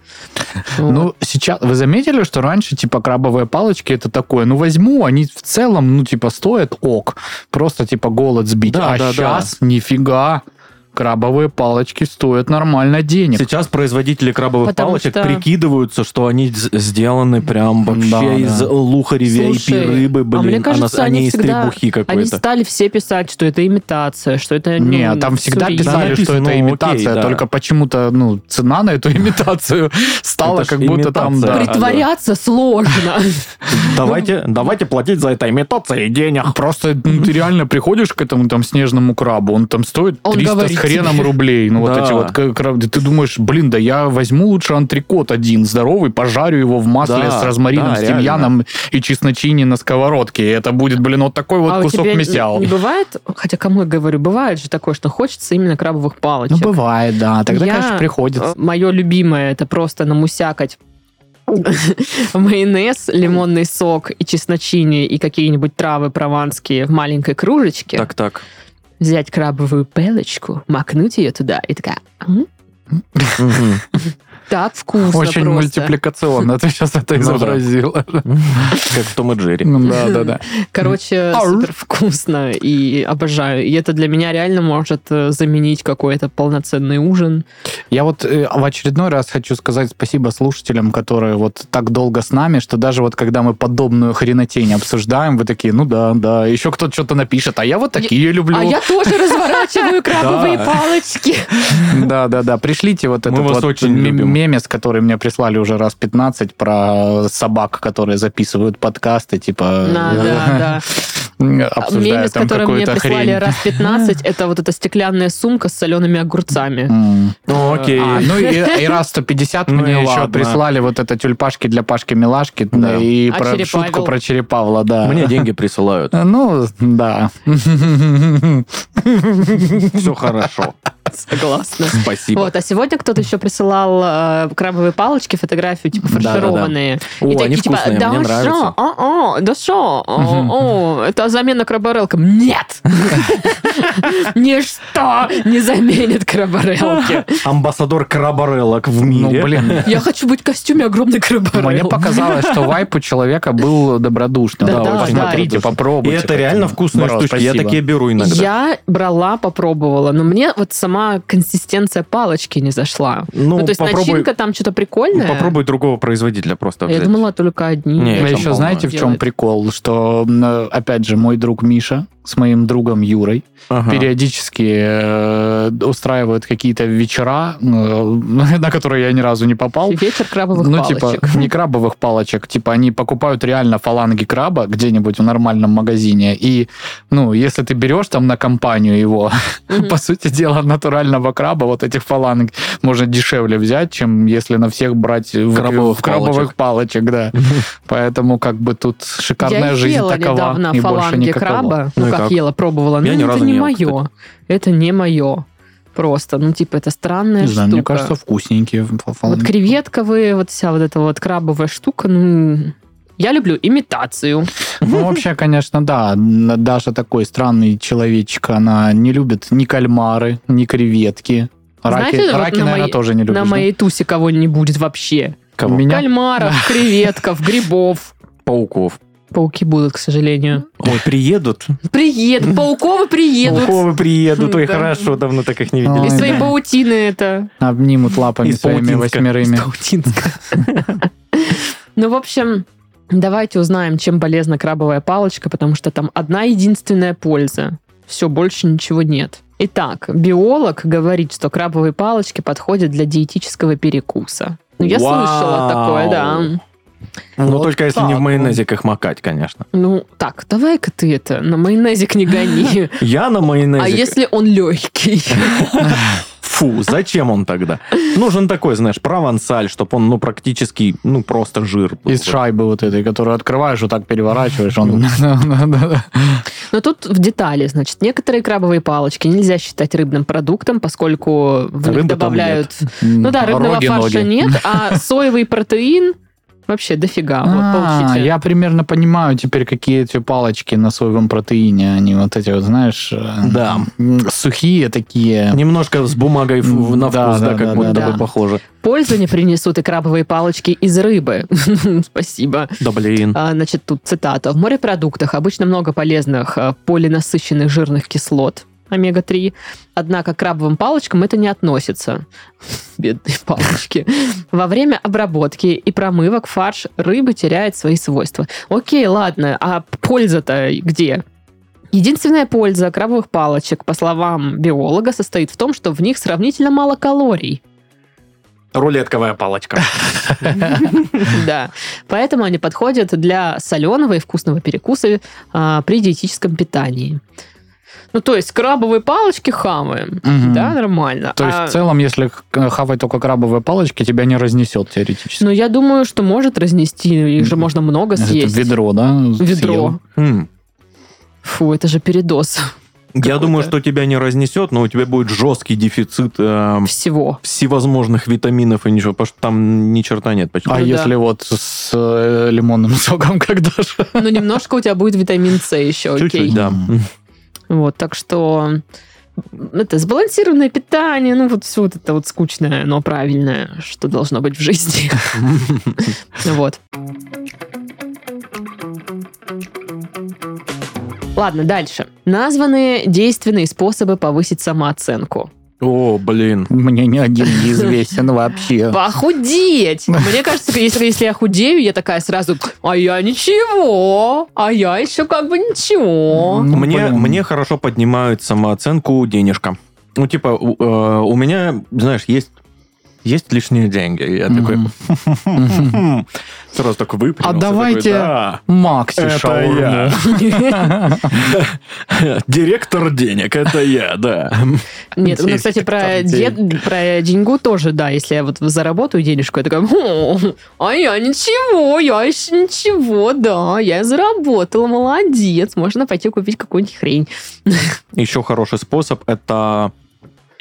S1: Вот.
S3: Ну, сейчас, вы заметили, что раньше, типа, крабовые палочки, это такое, ну, возьму, они в целом, ну, типа, стоят ок, просто, типа, голод сбить.
S2: Да, да,
S3: а
S2: да.
S3: сейчас, нифига, крабовые палочки стоят нормально денег.
S2: Сейчас производители крабовых
S1: Потому
S2: палочек
S1: что-
S2: прикидываются, что они з- сделаны прям вообще
S3: Да, да.
S2: из лухаревей
S1: Слушай,
S2: рыбы, блин.
S1: а мне кажется,
S2: на-
S1: они
S2: из
S1: всегда-
S2: требухи
S1: Они
S2: какой-то.
S1: стали все писать, что это имитация, что это... ну,
S3: Не, а там всегда
S1: сурий.
S3: писали,
S2: Да,
S3: что
S2: написано,
S3: это
S2: ну,
S3: имитация,
S2: окей, да.
S3: только почему-то, ну, цена на эту имитацию стала
S2: Это ж
S3: как будто там,
S2: имитация.
S3: да.
S1: Притворяться сложно. ну,
S2: Давайте, давайте платить за это имитацией денег.
S3: Просто ну, ты реально приходишь к этому там снежному крабу, он там стоит
S1: Он
S3: 300
S1: говорит
S3: с хреном рублей. Ну, вот
S2: Да.
S3: эти вот к- крабы. Ты думаешь, блин, да я возьму лучше антрикот один здоровый, пожарю его в масле
S2: Да,
S3: с розмарином,
S2: да,
S3: с
S2: реально.
S3: тимьяном и чесночине на сковородке. И это будет, блин, вот такой вот
S1: А у
S3: кусок
S1: тебя не-
S3: мясял. Ну,
S1: Не бывает, хотя кому я говорю, бывает же такое, что хочется именно крабовых палочек.
S3: Ну, бывает, да.
S1: Я-
S3: А?
S1: Мое любимое это просто намусякать майонез, лимонный сок и чесночини и какие-нибудь травы прованские в маленькой кружечке,
S2: Так, так.
S1: взять крабовую палочку, макнуть ее туда и такая... «М,
S2: Мгм.
S1: Так вкусно
S3: Очень
S1: просто».
S3: мультипликационно ты сейчас это
S2: Ну да.
S3: изобразила. Ну
S2: Как в Том и Джерри.
S3: Да, да, да.
S1: Короче,
S3: Ар.
S1: супер вкусно и обожаю. И это для меня реально может э, заменить какой-то полноценный ужин.
S3: Я вот э, в очередной раз хочу сказать спасибо слушателям, которые вот так долго с нами, что даже вот когда мы подобную хренотень обсуждаем, вы такие, ну да, да, еще кто-то что-то напишет, а я вот такие люблю.
S1: А я тоже разворачиваю крабовые
S2: Да.
S1: палочки.
S3: Да, да, да, пришлите вот
S2: Мы
S3: этот
S2: вас
S3: вот
S2: очень
S3: м-
S2: любим.
S3: мемес, который мне прислали уже раз 15 про собак, которые записывают подкасты, типа...
S1: Да, да,
S3: да.
S1: да. Мемес,
S3: Обсуждают там
S1: который мне
S3: какую-то
S1: прислали
S3: хрень.
S1: раз 15, это вот эта стеклянная сумка с солеными огурцами.
S3: М.
S2: Ну, окей.
S3: А, ну и, и раз 150
S2: Ну
S3: мне
S2: и
S3: еще
S2: ладно.
S3: прислали вот это тюльпашки для Пашки-милашки
S2: Да.
S3: и
S1: А
S3: про
S1: Черепавел?
S3: шутку про Черепавла, да.
S2: Мне деньги присылают.
S3: Ну, да.
S2: Все хорошо.
S1: Согласна.
S2: Спасибо.
S1: Вот, а сегодня кто-то еще присылал э, крабовые палочки, фотографию, типа,
S3: Да-да-да.
S1: фаршированные.
S2: О,
S1: И
S2: они
S1: такие, типа,
S2: вкусные,
S1: да
S2: мне
S1: вы
S2: нравятся».
S1: шо? О, о, да шо? О, о, это замена краборелкам. Нет! Ничто не заменит краборелки.
S2: Амбассадор краборелок в
S3: Ну,
S2: мире.
S3: блин.
S1: Я хочу быть в костюме огромной краборелки.
S3: Мне показалось, что вайп у человека был добродушным.
S1: Да,
S3: Вот
S1: да,
S3: Посмотрите,
S2: да. И
S3: попробуйте.
S2: это реально вкусные
S3: Бро,
S2: штуки. Я
S3: спасибо.
S2: такие беру иногда.
S1: Я брала, попробовала, но мне вот сама консистенция палочки не зашла.
S2: Ну,
S1: Ну, то есть
S2: попробуй- Ну,
S1: начинка там что-то прикольное. А
S2: Попробуй другого производителя просто
S1: Я
S2: взять.
S1: думала только одни.
S2: Не,
S3: А
S2: там
S3: еще
S2: полно
S3: знаете, в чем
S1: делать.
S3: прикол? Что, м, опять же, мой друг Миша с моим другом Юрой
S2: Ага.
S3: периодически э, устраивают какие-то вечера, э, на которые я ни разу не попал.
S1: Вечер крабовых
S3: Ну,
S1: палочек.
S3: типа, не крабовых палочек. Типа, они покупают реально фаланги краба где-нибудь в нормальном магазине. И, ну, если ты берешь там на компанию его,
S1: Мгм.
S3: по сути дела, натурального краба, вот этих фаланг можно дешевле взять, чем если на всех брать в-
S2: Крабовых
S3: в крабовых палочек, да. Поэтому, как бы, тут шикарная
S1: я
S3: жизнь
S1: ела
S3: такова.
S1: недавно
S3: и больше
S1: фаланги
S3: никакого.
S1: краба.
S2: Ну
S1: Ну,
S2: и
S1: как
S2: как?
S1: ела, пробовала.
S2: Я
S1: ну,
S2: ни
S1: это
S2: разу
S1: не
S2: не ел,
S1: мое.
S2: кстати.
S1: Это не мое. Просто, ну, типа, это странная
S3: Не знаю,
S1: штука.
S3: мне кажется, вкусненькие фа-
S1: вот
S3: фаланги.
S1: креветковые, вот вся вот эта вот крабовая штука, ну... Я люблю имитацию.
S3: Ну, вообще, конечно, да. Н- Даша такой странный человечек. Она не любит ни кальмары, ни креветки. Раки,
S1: Знаете, вот
S3: раки
S1: на
S3: наверное,
S1: моей-
S3: тоже не любишь.
S1: На
S3: да?
S1: моей тусе кого не будет вообще.
S2: Кого?
S3: Меня?
S1: Кальмаров, креветков, грибов.
S2: Пауков.
S1: Пауки будут, к сожалению.
S2: Ой, приедут.
S1: Приедут, пауковы приедут.
S2: Пауковы приедут. Ой,
S1: Да.
S2: хорошо, давно так их не
S3: Ой,
S1: И
S2: видели.
S1: свои
S3: да.
S1: паутины это.
S3: Обнимут лапами
S2: Из
S3: своими
S2: паутинска.
S3: восьмерыми.
S1: Из Паутинска. Ну, в общем, давайте узнаем, чем полезна крабовая палочка, потому что там одна единственная польза. Все, больше ничего нет. Итак, биолог говорит, что крабовые палочки подходят для диетического перекуса. Ну, я
S2: Вау.
S1: слышала такое, да.
S2: Ну,
S3: Вот
S2: только если
S3: так
S2: не в
S3: вот.
S2: майонезиках макать, конечно.
S1: Ну, так, давай-ка ты это, на майонезик не гони.
S2: Я на майонезе...
S1: А если он легкий?
S2: Фу, зачем он тогда? Нужен такой, знаешь, провансаль, чтобы он, ну, практически, ну, просто жир был.
S3: Из шайбы вот этой, которую открываешь, вот так переворачиваешь, он...
S1: Но тут в детали, значит, некоторые крабовые палочки нельзя считать рыбным продуктом, поскольку в них
S2: Рыбы там
S1: добавляют... Ну да, рыбного
S3: Роги,
S1: фарша
S3: ноги.
S1: нет, а соевый протеин вообще дофига.
S3: А,
S1: Вот, получите.
S3: я примерно понимаю теперь, какие эти палочки на соевом протеине. Они вот эти вот, знаешь, э,
S2: Да.
S3: м, сухие такие.
S2: Немножко с бумагой ф- в- на
S3: Да,
S2: вкус, да,
S3: да,
S2: как
S3: да,
S2: будто
S1: да,
S2: бы
S1: да.
S2: похоже.
S1: Пользу не принесут и крабовые палочки из рыбы. Спасибо.
S2: Да блин.
S1: А, Значит, тут цитата. В морепродуктах обычно много полезных а, полинасыщенных жирных кислот омега-3, однако к крабовым палочкам это не относится. Бедные палочки. Во время обработки и промывок фарш рыбы теряет свои свойства. Окей, ладно, а польза-то где? Единственная польза крабовых палочек, по словам биолога, состоит в том, что в них сравнительно мало калорий.
S2: Рулетковая палочка.
S1: Да. Поэтому они подходят для соленого и вкусного перекуса а, при диетическом питании. Ну, то есть крабовые палочки хаваем.
S3: Мгм.
S1: Да, нормально.
S3: То есть
S1: А,
S3: в целом, если к- хавать только крабовые палочки, тебя не разнесет теоретически.
S1: Ну, я думаю, что может разнести, их же можно много
S3: Это
S1: съесть.
S3: ведро, да? съел.
S1: Ведро. Фу, это же передоз
S2: Хм. Я
S1: Какой-то.
S2: думаю, что тебя не разнесет, но у тебя будет жесткий дефицит эм,
S1: всего. потому
S2: всевозможных витаминов и ничего, потому что там ни черта нет. Почему?
S3: А
S1: Ну да.
S3: если вот с э, лимонным соком, когда же?
S1: Но Ну, немножко у тебя будет витамин С еще, А, окей.
S2: Чуть-чуть, да.
S3: Мгм.
S1: Вот, так что это сбалансированное питание, ну вот все вот это вот скучное, но правильное, что должно быть в жизни. Вот. Ладно, дальше. Названы действенные способы повысить самооценку.
S2: О, блин.
S3: Мне ни один не известен вообще.
S1: Похудеть! Мне кажется, если, если я худею, я такая сразу, а я ничего, а я еще как бы ничего.
S3: Ну,
S2: Мне,
S3: блин.
S2: мне хорошо поднимают самооценку денежка. Ну, типа, у, э, у меня, знаешь, есть есть лишние деньги. И Я такой...
S3: Мгм. Мгм.
S2: «Хм». Сразу так выпрямился. такой,
S3: давайте-
S2: «Да,
S3: Макси
S2: Это
S3: шаурму.
S2: я. Директор денег, это я, да.
S1: Нет, ну, кстати, про,
S2: Директор
S1: дед- про деньгу тоже, да, если я вот заработаю денежку, я такая, «О, а я ничего, я еще ничего, да, я заработала, молодец, можно пойти купить какую-нибудь хрень.
S2: Еще хороший способ это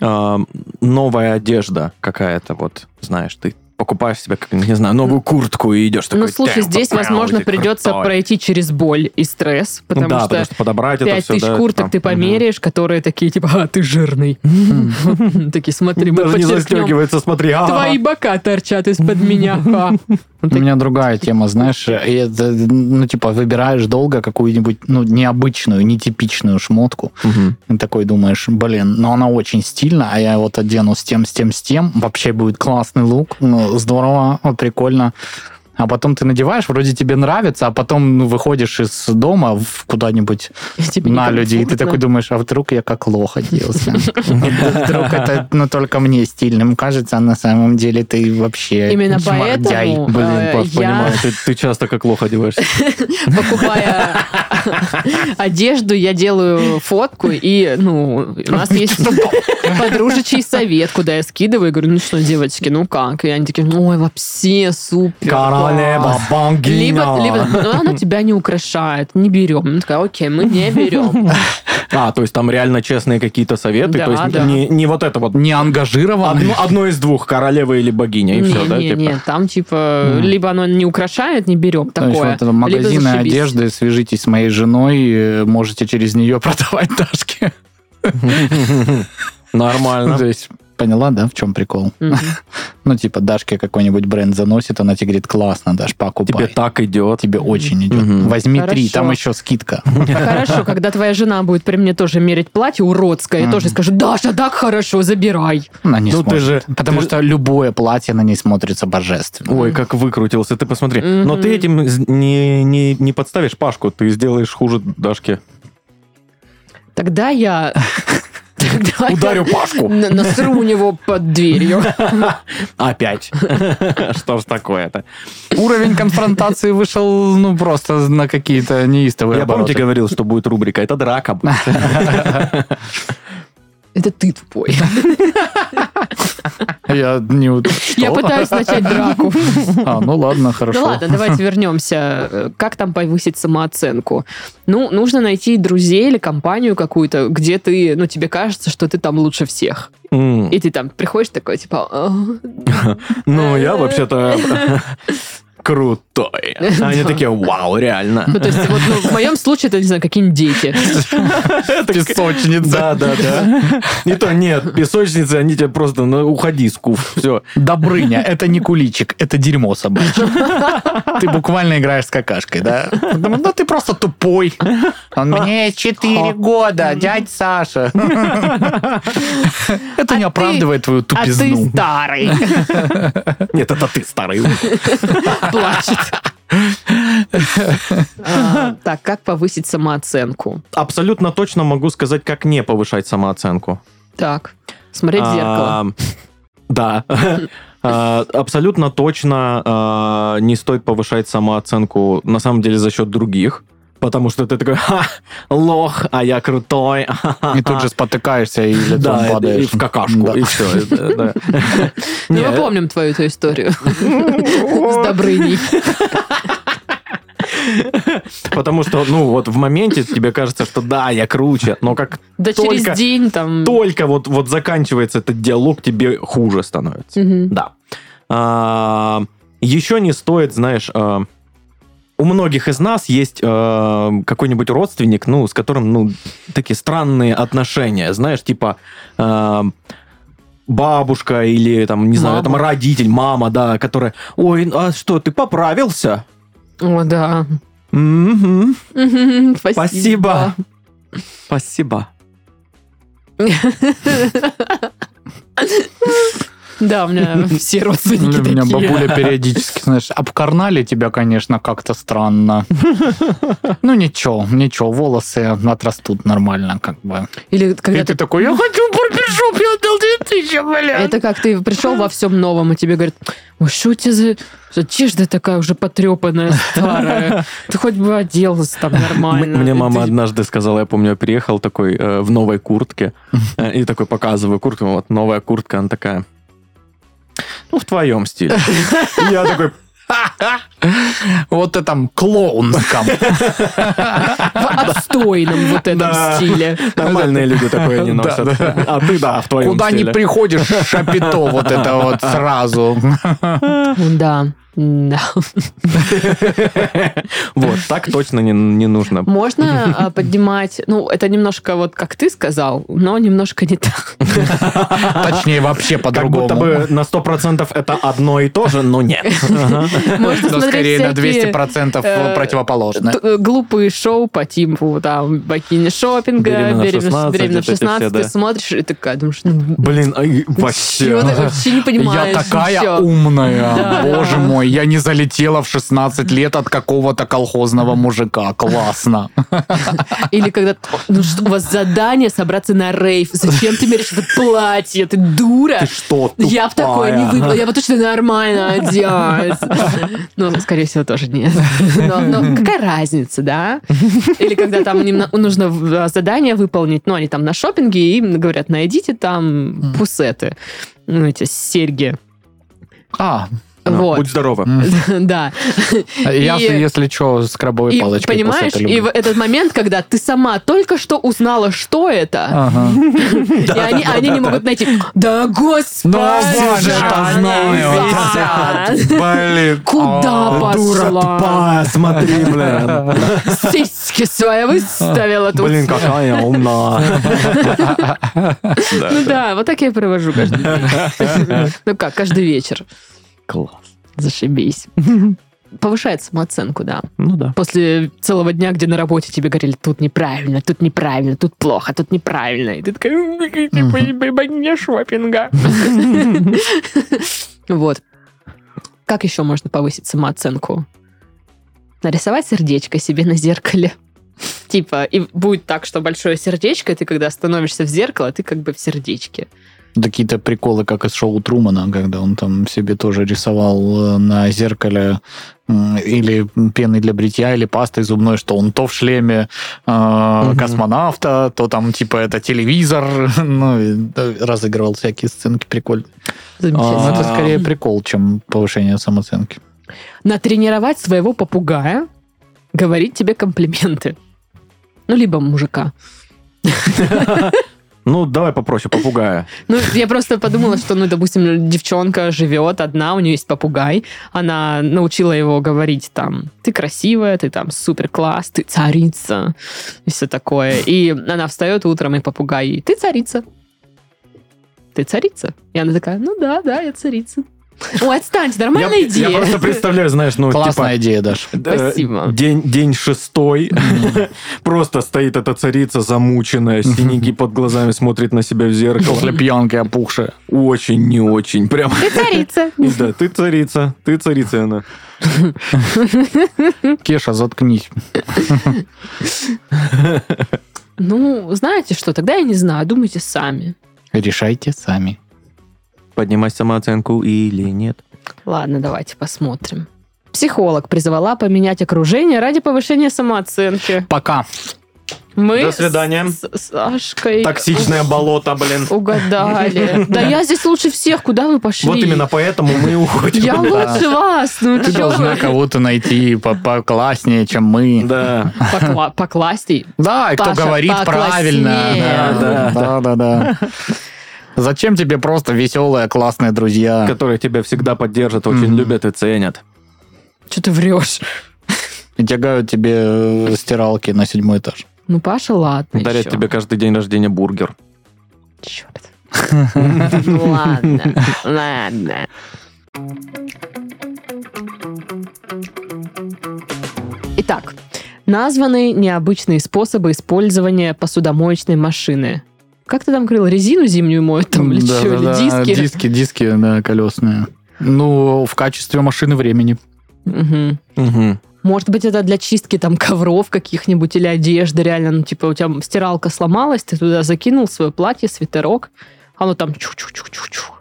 S2: э, новая одежда какая-то, вот, знаешь, ты покупаешь себе, как, не знаю, новую куртку и идешь
S1: ну,
S2: такой...
S1: слушай,
S2: «Тем,
S1: здесь,
S2: попал,
S1: возможно,
S2: ты
S1: придется
S2: крутой».
S1: пройти через боль и стресс,
S2: Ну
S1: потому
S2: да,
S1: что...
S2: потому что подобрать это
S1: пять
S2: все...
S1: тысяч курток ты померяешь, которые такие, типа, а, ты жирный. Такие, смотри, мы
S2: Даже не
S1: подчеркнем,
S2: застегивается, смотри. а.
S1: твои бока торчат из-под меня. ха».
S3: У меня другая тема, знаешь, это, ну, типа, выбираешь долго какую-нибудь, ну, необычную, нетипичную шмотку,
S2: Мгм.
S3: и такой думаешь, блин, ну, она очень стильна, а я вот одену с тем, с тем, с тем, вообще будет классный лук, ну, здорово, вот, прикольно. А потом ты надеваешь, вроде тебе нравится, а потом ну, выходишь из дома в куда-нибудь
S1: Тебе
S3: на людей, и ты
S1: некомфортно.
S3: такой думаешь, а вдруг я как лох оделся? Вдруг это ну, только мне стильным кажется, а на самом деле ты вообще
S1: Именно
S3: шмардяй.
S1: поэтому,
S2: Блин,
S1: э,
S2: Паш,
S1: я
S2: понимаю, ты, ты часто как лох одеваешься.
S1: покупая одежду, я делаю фотку, и, ну, у нас есть подружечий совет, куда я скидываю, и говорю, ну что, девочки, ну как? И они такие, ой, вообще супер. класс». Либо, либо ну, она тебя не украшает, не берем. Ну, такая, окей, мы не берем.
S2: А, то есть там реально честные какие-то советы,
S1: Да,
S2: то есть
S1: да.
S2: не, не вот это вот
S3: Не ангажированный.
S2: одно, одно из двух, королева или богиня, и
S1: не,
S2: все, да?
S1: не,
S2: типа?
S1: не, там типа,
S3: Мгм.
S1: либо оно не украшает, не берем
S3: То есть
S1: такое.
S3: вот
S1: либо
S3: магазины
S1: зашибись.
S3: одежды, свяжитесь с моей женой, э, можете через нее продавать ташки.
S2: Нормально.
S3: То есть, поняла, да, в чем прикол?
S1: Мгм.
S3: Ну, типа, Дашке какой-нибудь бренд заносит, она тебе говорит, классно, Даш, покупай.
S2: Тебе так идет.
S3: Тебе очень идет.
S2: Мгм.
S3: Возьми
S1: Хорошо.
S3: три, там еще скидка.
S1: А Хорошо, когда твоя жена будет при мне тоже мерить платье уродское, я
S3: Мгм.
S1: тоже скажу, Даша, так хорошо, забирай.
S3: Она не
S2: Ну, ты
S3: сможет.
S2: же-
S3: Потому
S2: ты же-
S3: что любое платье на ней смотрится божественно.
S2: Ой, как выкрутился, ты посмотри.
S1: Мгм.
S2: Но ты этим з- не, не, не подставишь Пашку, ты сделаешь хуже Дашке.
S1: Тогда я... когда я
S2: Ударю Пашку.
S1: на- насру у него под дверью.
S2: Опять. Что ж такое-то?
S3: Уровень конфронтации вышел, ну, просто на какие-то неистовые
S2: Я помните
S3: обороты.
S2: говорил, что будет рубрика. Это драка. будет».
S1: Это ты тупой.
S3: Я не... у- Что?
S1: Я пытаюсь начать драку.
S3: А, ну ладно, хорошо.
S1: Ну ладно, давайте вернемся. Э, Как там повысить самооценку? Ну, нужно найти друзей или компанию какую-то, где ты, ну, тебе кажется, что ты там лучше всех.
S2: М.
S1: И ты там приходишь такой, типа, «А,
S2: Ну, я вообще-то крутой. А Они
S1: Да.
S2: такие, вау, реально.
S1: Ну, то есть, вот ну, в моем случае это, не знаю, какие-нибудь дети.
S2: Да,
S3: Песочница.
S2: да, да. Не то, нет, песочницы, они тебе просто, ну, уходи, скуф, все.
S3: Добрыня, это не куличик, это дерьмо собачье. Ты буквально играешь с какашкой, да? Думаю, Ну, ты просто тупой. Он, Мне 4 года, дядь Саша. Это не оправдывает твою
S1: А ты
S3: тупизну.
S1: старый.
S2: Нет, это ты старый.
S1: Плачет. А, Так, как повысить самооценку?
S2: Абсолютно точно могу сказать, как не повышать самооценку.
S1: Так, смотреть в зеркало.
S2: А, Да. А, Абсолютно точно а, не стоит повышать самооценку, на самом деле, за счет других. Потому что ты такой, ха, лох, а я крутой.
S3: И тут
S1: А.
S3: же спотыкаешься и лицом
S2: да, и- и
S3: падаешь.
S2: в какашку,
S3: Да.
S2: и все.
S1: Ну, мы помним твою эту историю с Добрыней.
S2: Потому что, ну, вот в моменте тебе кажется, что да, я круче, но как
S1: Да через
S2: Только-
S1: день там...
S2: только вот, вот заканчивается этот диалог, тебе хуже становится.
S1: Мгм.
S2: Да. А, еще не стоит, знаешь, а, у многих из нас есть а, какой-нибудь родственник, ну, с которым, ну, такие странные отношения, знаешь, типа а, бабушка или там, не знаю,
S1: Мама.
S2: там родитель, мама, да, которая, ой, а что, ты поправился?
S1: О, да.
S2: Мгм.
S1: Мгм,
S2: Спасибо. Спасибо.
S1: Да, у меня все родственники
S3: У меня
S1: такие.
S3: бабуля периодически, знаешь, обкарнали тебя, конечно, как-то странно. Ну ничего, ничего, волосы отрастут нормально, как бы.
S1: Или когда
S3: И
S1: ты...
S3: ты такой, я хочу барбершоп, я отдал 2000, блядь.
S1: Это как ты пришел во всем новом, и тебе говорят, ой, что у тебя за... Одежда такая уже потрепанная, старая. Ты хоть бы оделась там нормально.
S2: М- Мне
S1: И ты-
S2: мама однажды сказала, я помню, я приехал такой э, в новой куртке э, и такой показываю куртку, вот новая куртка, она такая, ну в твоем стиле. И Я такой,
S3: Вот ты там клоунском.
S1: В отстойном вот этом
S2: Да.
S1: стиле.
S2: нормальные люди такое не
S3: Да,
S2: носят.
S3: да.
S2: А ты да, в твоем
S3: Куда не
S2: стиле.
S3: приходишь, шапито вот это вот сразу.
S1: Да. Да.
S2: Вот, так точно не- не нужно.
S1: Можно а, поднимать, ну, это немножко вот как ты сказал, но немножко не так.
S3: Точнее, вообще
S2: Как
S3: по-другому.
S2: будто бы на 100% это одно и то же, но нет.
S1: Можно
S3: Но
S1: смотреть
S3: скорее на
S1: всякие,
S3: 200%
S1: э,
S3: противоположное.
S1: т- э, глупые шоу по типу там богини шопинга,
S2: Беременна в 16,
S1: беременна в
S2: вот эти все,
S1: 16,
S2: да.
S1: ты смотришь и такая думаешь, ну,
S2: Блин, ай,
S1: чего ты
S2: вообще.
S1: вообще не
S3: Я
S1: понимаешь.
S3: такая
S1: ничего.
S3: умная,
S1: Да,
S3: боже
S1: да.
S3: мой, я не залетела в 16 лет от какого-то колхозного мужика, классно.
S1: Или когда, ну что, у вас задание собраться на рейв, зачем ты меришь это платье, ты дура?
S2: Ты что,
S1: я бы такое не
S2: тупая?
S1: выбрала, я бы точно нормально оделась. Ну, скорее всего, тоже нет. Но, но какая разница, да? Или когда там им на- нужно в- э, задание выполнить, ну, они там на шопинге, и им говорят, найдите там пусеты, ну, эти серьги.
S3: А,
S2: Ну,
S1: вот,
S2: Будь здорова.
S1: да.
S3: я,
S1: И-
S3: если что, с крабовой
S1: И
S3: палочкой
S1: понимаешь,
S3: просто это
S1: и
S3: люблю.
S1: в этот момент, когда ты сама только что узнала, что
S2: А.
S1: это,
S3: Ага.
S1: и они, они не могут найти. Да господи!
S3: Ну, вот же
S1: да,
S3: это знаю.
S1: да.
S2: Блин.
S1: Куда
S2: а, Дура
S1: пошла?
S2: тупая, смотри,
S3: Эм,
S2: блин.
S1: Сиськи свои выставила тут.
S2: А, Блин, какая умная.
S1: Ну да, вот так я и провожу каждый день. Ну как, каждый вечер.
S2: Класс.
S1: Зашибись. Повышает самооценку, да.
S2: Ну да.
S1: После целого дня, где на работе тебе говорили, тут неправильно, тут неправильно, тут плохо, тут неправильно. И ты такая, «М, какие типа еб- богиня шопинга. Вот. Как еще можно повысить самооценку? Нарисовать сердечко себе на зеркале. Типа, и будет так, что большое сердечко, и ты когда становишься в зеркало, ты как бы в сердечке.
S3: Какие-то приколы, как из шоу Трумана, когда он там себе тоже рисовал э, на зеркале м, или пеной для бритья, или пастой зубной, что он то в шлеме э, космонавта, то там типа это телевизор, ну, и, да, разыгрывал всякие сценки прикольные.
S1: Замечательно.
S3: Но Ну, это
S2: А.
S3: скорее прикол, чем повышение самооценки.
S1: Натренировать своего попугая, говорить тебе комплименты. Ну, либо мужика.
S2: Ну, давай попроще, попугая.
S1: Ну, я просто подумала, что, ну, допустим, девчонка живет одна, у нее есть попугай, она научила его говорить там, ты красивая, ты там супер класс, ты царица, и все такое. И она встает утром, и попугай, ей, ты царица. Ты царица. И она такая, ну да, да, я царица. Ой, отстаньте, нормальная
S2: я,
S1: идея.
S2: я просто представляю, знаешь, ну,
S3: Классная
S2: типа...
S3: идея, Даш.
S2: э,
S1: Спасибо.
S2: День, день шестой. Просто стоит эта царица замученная, синяки под глазами, смотрит на себя в зеркало.
S3: После пьянки опухшая.
S2: Очень не очень. Прям.
S1: Ты царица.
S2: И Да, ты царица, ты царица и она.
S3: Кеша, заткнись.
S1: Ну, знаете что, тогда я не знаю, думайте сами.
S3: Решайте сами.
S2: Поднимай самооценку или нет.
S1: Ладно, давайте посмотрим. Психолог призвала поменять окружение ради повышения самооценки.
S3: Пока.
S1: Мы
S2: До свидания.
S1: с с Сашкой
S2: Токсичное болото, блин.
S1: у- угадали. Да я здесь лучше всех, куда вы пошли?
S2: Вот именно поэтому мы и уходим.
S1: Я лучше вас, ну
S3: Ты
S1: чё
S3: должна
S1: вы?
S3: кого-то найти по- покласснее, чем мы.
S2: Да.
S1: Покла- Покласть и-
S3: Да, и кто
S1: Паша,
S3: говорит
S1: покласснее.
S3: правильно. Да, да, да, да. Зачем тебе просто веселые, классные друзья?
S2: Которые тебя всегда поддержат, очень
S3: А. Мгм.
S2: любят и ценят.
S1: Чё ты врешь?
S3: И тягают тебе э, стиралки на седьмой этаж.
S1: Ну, Паша, ладно
S2: Дарят
S1: ещё.
S2: тебе каждый день рождения бургер.
S1: Чёрт. Ну, Ладно, ладно. Итак, названы необычные способы использования посудомоечной машины. Как ты там говорил, резину зимнюю моют там или
S3: Да,
S1: чё,
S3: да,
S1: или
S3: да,
S1: диски?
S3: Диски, диски, да, колесные. Ну, в качестве машины времени.
S1: Мгм.
S2: Мгм.
S1: Может быть, это для чистки там ковров каких-нибудь или одежды реально. Ну, типа, у тебя стиралка сломалась, ты туда закинул свое платье, свитерок, оно там чу-чу-чу-чу-чу.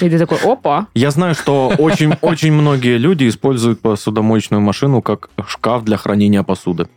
S1: И ты такой, опа,
S2: Я знаю, что очень, очень многие люди используют посудомоечную машину как шкаф для хранения посуды.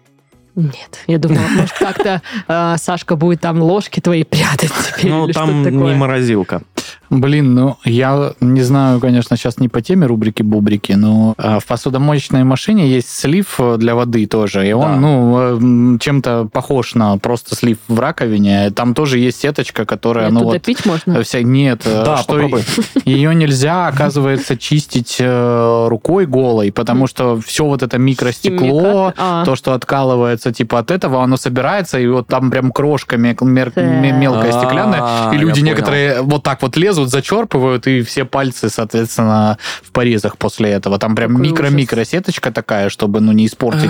S1: Нет, я думала, может, как-то э, Сашка будет там ложки твои прятать теперь
S2: Ну,
S1: или
S2: там
S1: что-то такое.
S2: не морозилка.
S3: Блин, ну, я не знаю, конечно, сейчас не по теме рубрики-бубрики, но э, в посудомоечной машине есть слив э, для воды тоже, и он,
S2: Да.
S3: ну, э, м, чем-то похож на просто слив в раковине. Там тоже есть сеточка, которая,
S1: Нет,
S3: ну,
S1: туда
S3: вот...
S1: пить можно?
S3: Вся... Нет, э,
S2: Да,
S3: что
S2: попробуй.
S3: ее нельзя, оказывается, чистить э, рукой голой, потому что все вот это микростекло,
S1: Химикат? А.
S3: то, что откалывается, типа от этого, оно собирается, и вот там прям крошками мер-
S1: Так.
S3: м- мелкая
S2: А,
S3: стеклянная, и
S2: я
S3: люди
S2: понял.
S3: некоторые вот так вот лезут, зачерпывают, и все пальцы, соответственно, в порезах после этого. Там прям
S1: Какой А.
S3: микро-микро сеточка такая, чтобы, ну, не испортить.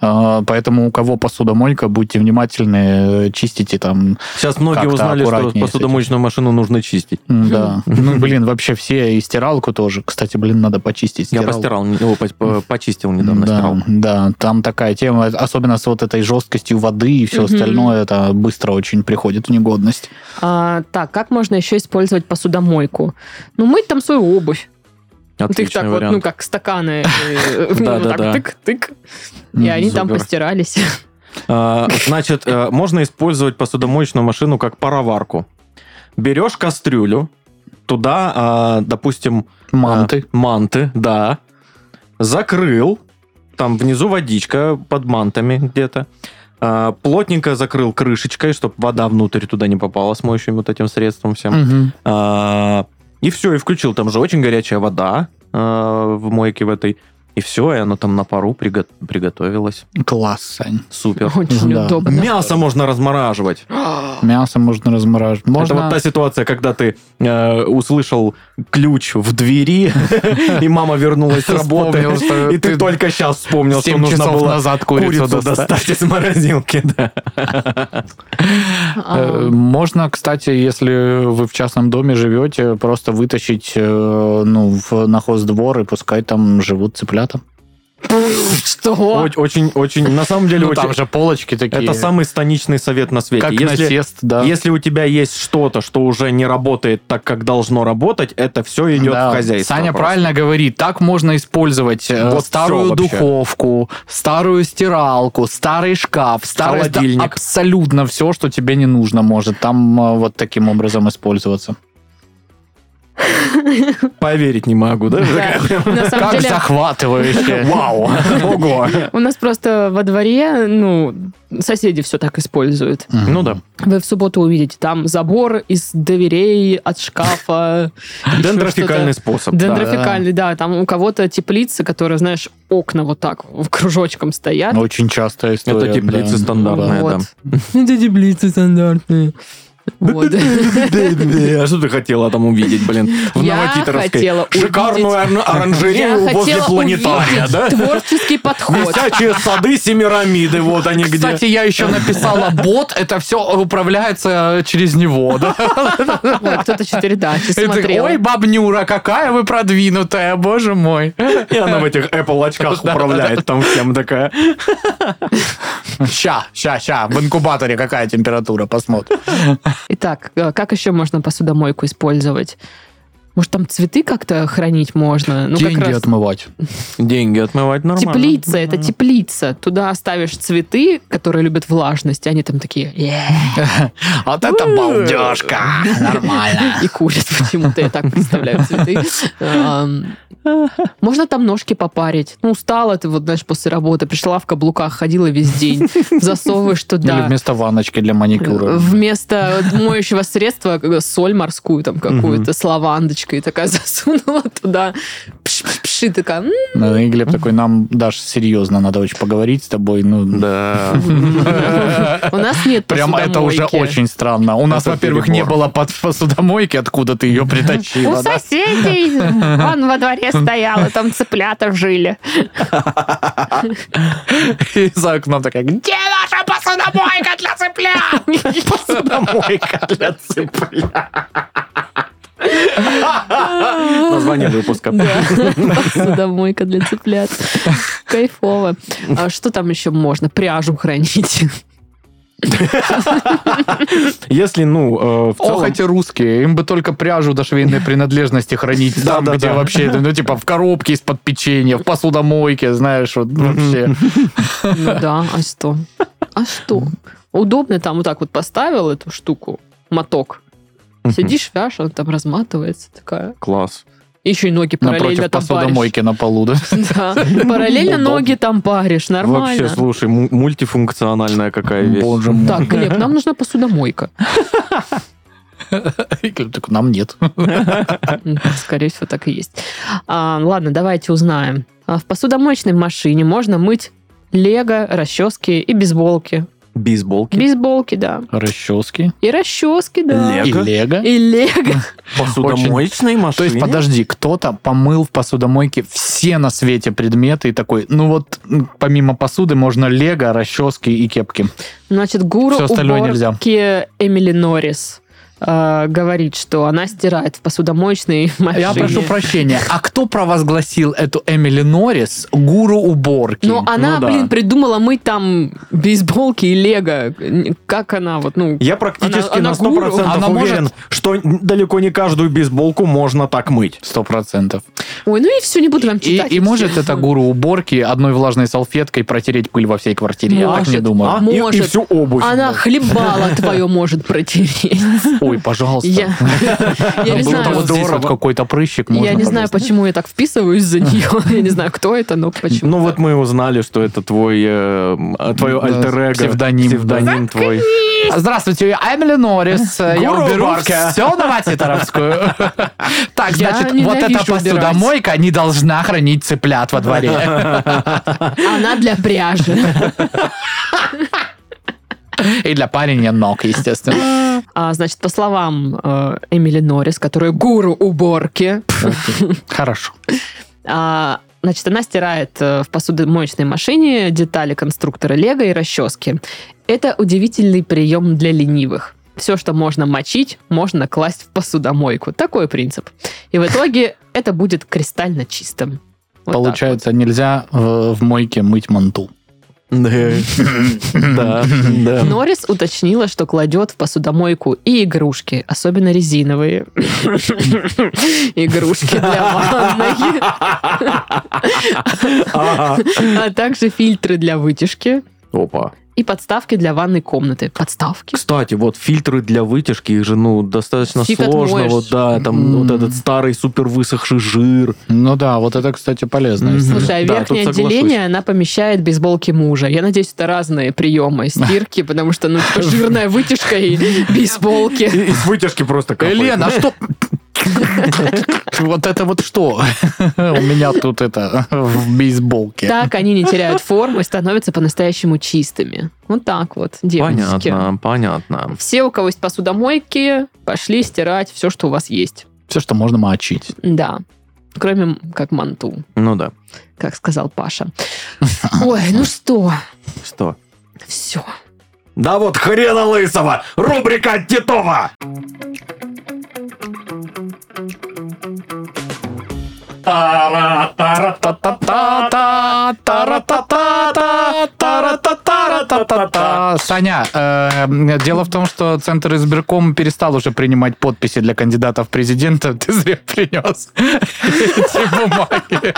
S3: Э, Поэтому у кого посудомойка, будьте внимательны, э, чистите там
S2: Сейчас многие
S3: Как-то
S2: узнали, что
S3: аккуратнее с этим.
S2: посудомоечную машину нужно чистить.
S3: М, Да. Ну, блин, вообще все и стиралку тоже. Кстати, блин, надо почистить
S2: Я
S3: стиралку.
S2: постирал, не- о, по- по- почистил недавно
S3: Да,
S2: стирал.
S3: да, там такая тема, особенно с вот этой жесткостью воды и все
S1: Мгм.
S3: остальное, это быстро очень приходит в негодность.
S1: А, так, как можно еще использовать посудомойку? Ну, мыть там свою обувь. Ты их
S2: Отличный
S1: так вот, ну,
S2: вариант.
S1: как стаканы. э,
S2: Да,
S1: ну,
S2: да, да.
S1: так Тык-тык. И они там
S2: Супер.
S1: постирались.
S2: А, Значит, э, можно использовать посудомоечную машину как пароварку. Берешь кастрюлю, туда, а, допустим...
S3: Манты.
S2: а, манты, да. Закрыл, там внизу водичка под мантами где-то. А, Плотненько закрыл крышечкой, чтобы вода внутрь туда не попала с моющим вот этим средством всем.
S3: Мгм.
S2: А, И все, и включил. Там же очень горячая вода а, в мойке в этой. И все, и оно там на пару приго- приготовилось.
S3: Класс, Сань.
S2: Супер.
S1: Очень
S3: Да.
S1: удобно. А,
S2: Мясо можно размораживать.
S3: Мясо можно размораживать. Можно...
S2: Это вот та ситуация, когда ты э, услышал ключ в двери, и мама вернулась с работы,
S3: Вспомнил, что
S2: и ты
S3: ты
S2: только сейчас вспомнил, что
S3: Семь
S2: нужно
S3: часов
S2: было
S3: назад
S2: курицу
S3: курицу достать.
S2: достать из морозилки. да.
S1: А,
S3: Э,
S1: ну
S3: Можно, кстати, если вы в частном доме живете, просто вытащить э, ну, в, на хоздвор и пускай там живут цыплята.
S1: Что?
S2: Оч- Очень, очень, на самом деле,
S3: Ну,
S2: очень-
S3: там же полочки такие.
S2: это самый станичный совет на свете.
S3: Как
S2: Если,
S3: насест, да.
S2: если у тебя есть что-то, что уже не работает так, как должно работать, это все идет
S3: Да.
S2: в хозяйство.
S3: Саня
S2: просто.
S3: правильно говорит, так можно использовать э,
S2: Вот
S3: старую
S2: всё вообще.
S3: духовку, старую стиралку, старый шкаф, старый да,
S2: Холодильник.
S3: абсолютно все, что тебе не нужно, может там э, вот таким образом использоваться.
S2: Поверить не могу, да?
S1: Да. На самом
S3: Как
S1: деле,
S3: захватывающе.
S2: Вау! Ого!
S1: у нас просто во дворе, ну, соседи все так используют.
S3: Мгм.
S2: Ну да.
S1: Вы в субботу увидите там забор из дверей, от шкафа. ещё
S2: Дендрофикальный
S1: что-то.
S2: способ. да.
S1: Дендрофикальный, да. Там у кого-то теплицы, которые, знаешь, окна вот так в кружочком стоят.
S3: Ну, Очень частая история.
S2: Это теплицы Ну,
S3: да.
S2: стандартные.
S1: Вот.
S2: да.
S1: Это теплицы стандартные. Вот.
S2: А что ты хотела там увидеть, блин? В
S1: Я
S2: Новотитровской.
S1: хотела
S2: Шикарную
S1: увидеть-
S2: орна-
S1: Я
S2: оранжерею возле
S1: хотела
S2: планетария,
S1: увидеть
S2: да?
S1: творческий подход.
S2: Висячие сады Семирамиды, вот они где.
S3: Кстати, я еще написала бот, это все управляется через него. да.
S1: Ой, кто-то четыре, да, ты
S3: И ты,
S1: смотрел.
S3: Ой, бабнюра, какая вы продвинутая, боже мой.
S2: И она в этих Apple очках управляет там всем такая.
S3: Ща, ща, ща, в инкубаторе какая температура, посмотрим.
S1: Итак, э, как еще можно посудомойку использовать? Может, там цветы как-то хранить можно? Ну, как раз
S3: отмывать.
S2: Деньги отмывать нормально.
S1: теплица, это теплица. Туда оставишь цветы, которые любят влажность, и они там такие «Е-е-е»,
S3: Вот это балдежка. Нормально.
S1: и курят почему-то, я так представляю цветы. Эм, Можно там ножки попарить. Ну, устала ты, вот, знаешь, после работы, пришла в каблуках, ходила весь день, засовываешь
S3: Или
S1: туда.
S3: вместо ванночки для маникюра.
S1: Вместо моющего средства э, соль морскую там какую-то с лавандочкой такая засунула туда. Пш-пш-пш, и такая, «М,
S3: Ну, И Глеб такой, нам, Даш, серьезно, надо очень поговорить с тобой. Ну,
S2: Да.
S1: у нас нет
S3: Прям это уже
S1: посудомойки».
S3: очень странно. У нас,
S2: Это
S3: во-первых, не
S2: перебор.
S3: было под посудомойки, откуда ты ее
S1: У
S3: притащила. да?
S1: соседей. Вон во дворе стояла, там цыплята жили.
S3: И за окном такая, где наша посудомойка для цыплят? Посудомойка для цыплят.
S2: Название выпуска.
S1: Посудомойка для цыплят. Кайфово. А что там еще можно? Пряжу хранить.
S2: Если, ну, э, в
S3: Ох,
S2: целом...
S3: эти русские, им бы только пряжу до швейной принадлежности хранить там,
S2: Да-да-да.
S3: где вообще, ну, типа, в коробке из-под печенья, в посудомойке, знаешь, вот вообще.
S1: Ну да, а что? А что? Удобно там вот так вот поставил эту штуку, моток. Сидишь, вяжешь, он там разматывается такая.
S2: Класс.
S1: Еще и ноги параллельно
S3: Напротив
S1: там паришь.
S3: посудомойки на полу, да?
S1: Да, параллельно
S3: Удобно.
S1: ноги там паришь,
S2: Вообще,
S1: нормально.
S2: слушай, му- мультифункциональная какая вещь.
S3: Боже мой.
S1: Так, Глеб, нам нужна посудомойка.
S3: И Глеб такой, нам нет.
S1: М, Скорее всего, так и есть. А, ладно, давайте узнаем. А, В посудомоечной машине можно мыть лего, расчески и бейсболки.
S2: Бейсболки.
S1: Бейсболки, да.
S3: Расчески
S1: И расчески, да.
S2: Лего.
S3: и лего.
S1: И лего.
S2: Посудомоечной машине.
S3: То есть, подожди, кто-то помыл в посудомойке все на свете предметы и такой, ну вот, м, помимо посуды можно лего, расчески и кепки.
S1: Значит, гуру
S3: Всё остальное
S1: уборки
S3: нельзя.
S1: Эмили Норрис э, говорит, что она стирает в посудомоечной машине.
S3: Я прошу прощения, а кто провозгласил эту Эмили Норрис гуру уборки?
S1: Но она,
S2: Ну да.
S1: блин, придумала мыть там бейсболки и лего. Н- Как она вот, ну...
S2: Я практически
S1: Она- она
S2: на 100%
S1: гуру.
S3: Она
S2: уверен, что далеко не каждую бейсболку можно так мыть.
S3: Сто процентов.
S1: Ой, ну и все, не буду вам
S3: И,
S1: читать.
S3: и может это гуру уборки одной влажной салфеткой протереть пыль во всей квартире? Я так не
S1: Может.
S3: думаю.
S2: А? И- И,
S1: Может.
S2: всю обувь.
S1: Она хлебала твое может протереть.
S3: Ой, пожалуйста.
S1: Я я не
S3: Был там
S1: знаю,
S3: вот здесь вот какой-то прыщик. можно,
S1: я не знаю,
S3: пожалуйста?
S1: почему я так вписываюсь за нее. Я не знаю, кто это, но почему.
S2: Ну вот мы узнали, что это твой, э, твое
S3: Да,
S2: альтер
S3: псевдоним,
S2: Псевдоним твой.
S3: Здравствуйте, я Эмили Норрис. э, Я
S2: Гуру
S3: уберу
S2: уборка.
S3: все новотитаровскую. Так,
S1: Я
S3: значит, вот эта
S1: ненавижу убирать.
S3: посудомойка не должна хранить цыплят во дворе.
S1: А Она для пряжи.
S3: И для парня ног, естественно.
S1: А, значит, по словам э, Эмили Норрис, которая гуру уборки,
S3: Хорошо.
S1: а, значит, она стирает э, в посудомоечной машине детали конструктора Лего и расчески. Это удивительный прием для ленивых. Все, что можно мочить, можно класть в посудомойку. Такой принцип. И в итоге это будет кристально чистым. Вот так
S3: Получается, нельзя в, в мойке мыть манту.
S2: Да, да.
S1: вот. Норрис уточнила, что кладет в посудомойку и игрушки, особенно резиновые. Игрушки для ванной,
S2: Ага.
S1: а также фильтры для вытяжки
S2: Опа.
S1: и подставки для ванной комнаты. Подставки.
S2: Кстати, вот фильтры для вытяжки, их же, ну, достаточно
S1: Фиг
S2: сложно.
S1: отмоешь.
S2: Вот, да, там
S3: М.
S2: вот этот старый супер высохший жир.
S3: Ну да, вот это, кстати, полезно.
S2: Мгм.
S3: история.
S1: Слушай, а
S2: Да,
S1: верхнее
S2: тут соглашусь.
S1: отделение, она помещает бейсболки мужа. Я надеюсь, это разные приемы стирки, потому что, ну, типа, жирная вытяжка и бейсболки.
S2: И- Из вытяжки просто
S3: Э,
S2: капает.
S3: Лен, а что? Вот это вот что? У меня тут это в бейсболке.
S1: Так они не теряют форму и становятся по-настоящему чистыми. Вот так вот, девочки.
S2: Понятно, понятно.
S1: Все, у кого есть посудомойки, пошли стирать все, что у вас есть.
S3: Все, что можно мочить.
S1: Да. Кроме как манту,
S2: Ну да.
S1: как сказал Паша. Ой, ну что?
S2: Что?
S1: Все.
S2: Да вот хрена лысого! Рубрика от Титова!
S3: Саня, э, дело в том, что Центр избирком перестал уже принимать подписи для кандидатов в президента. Ты зря принес эти бумаги.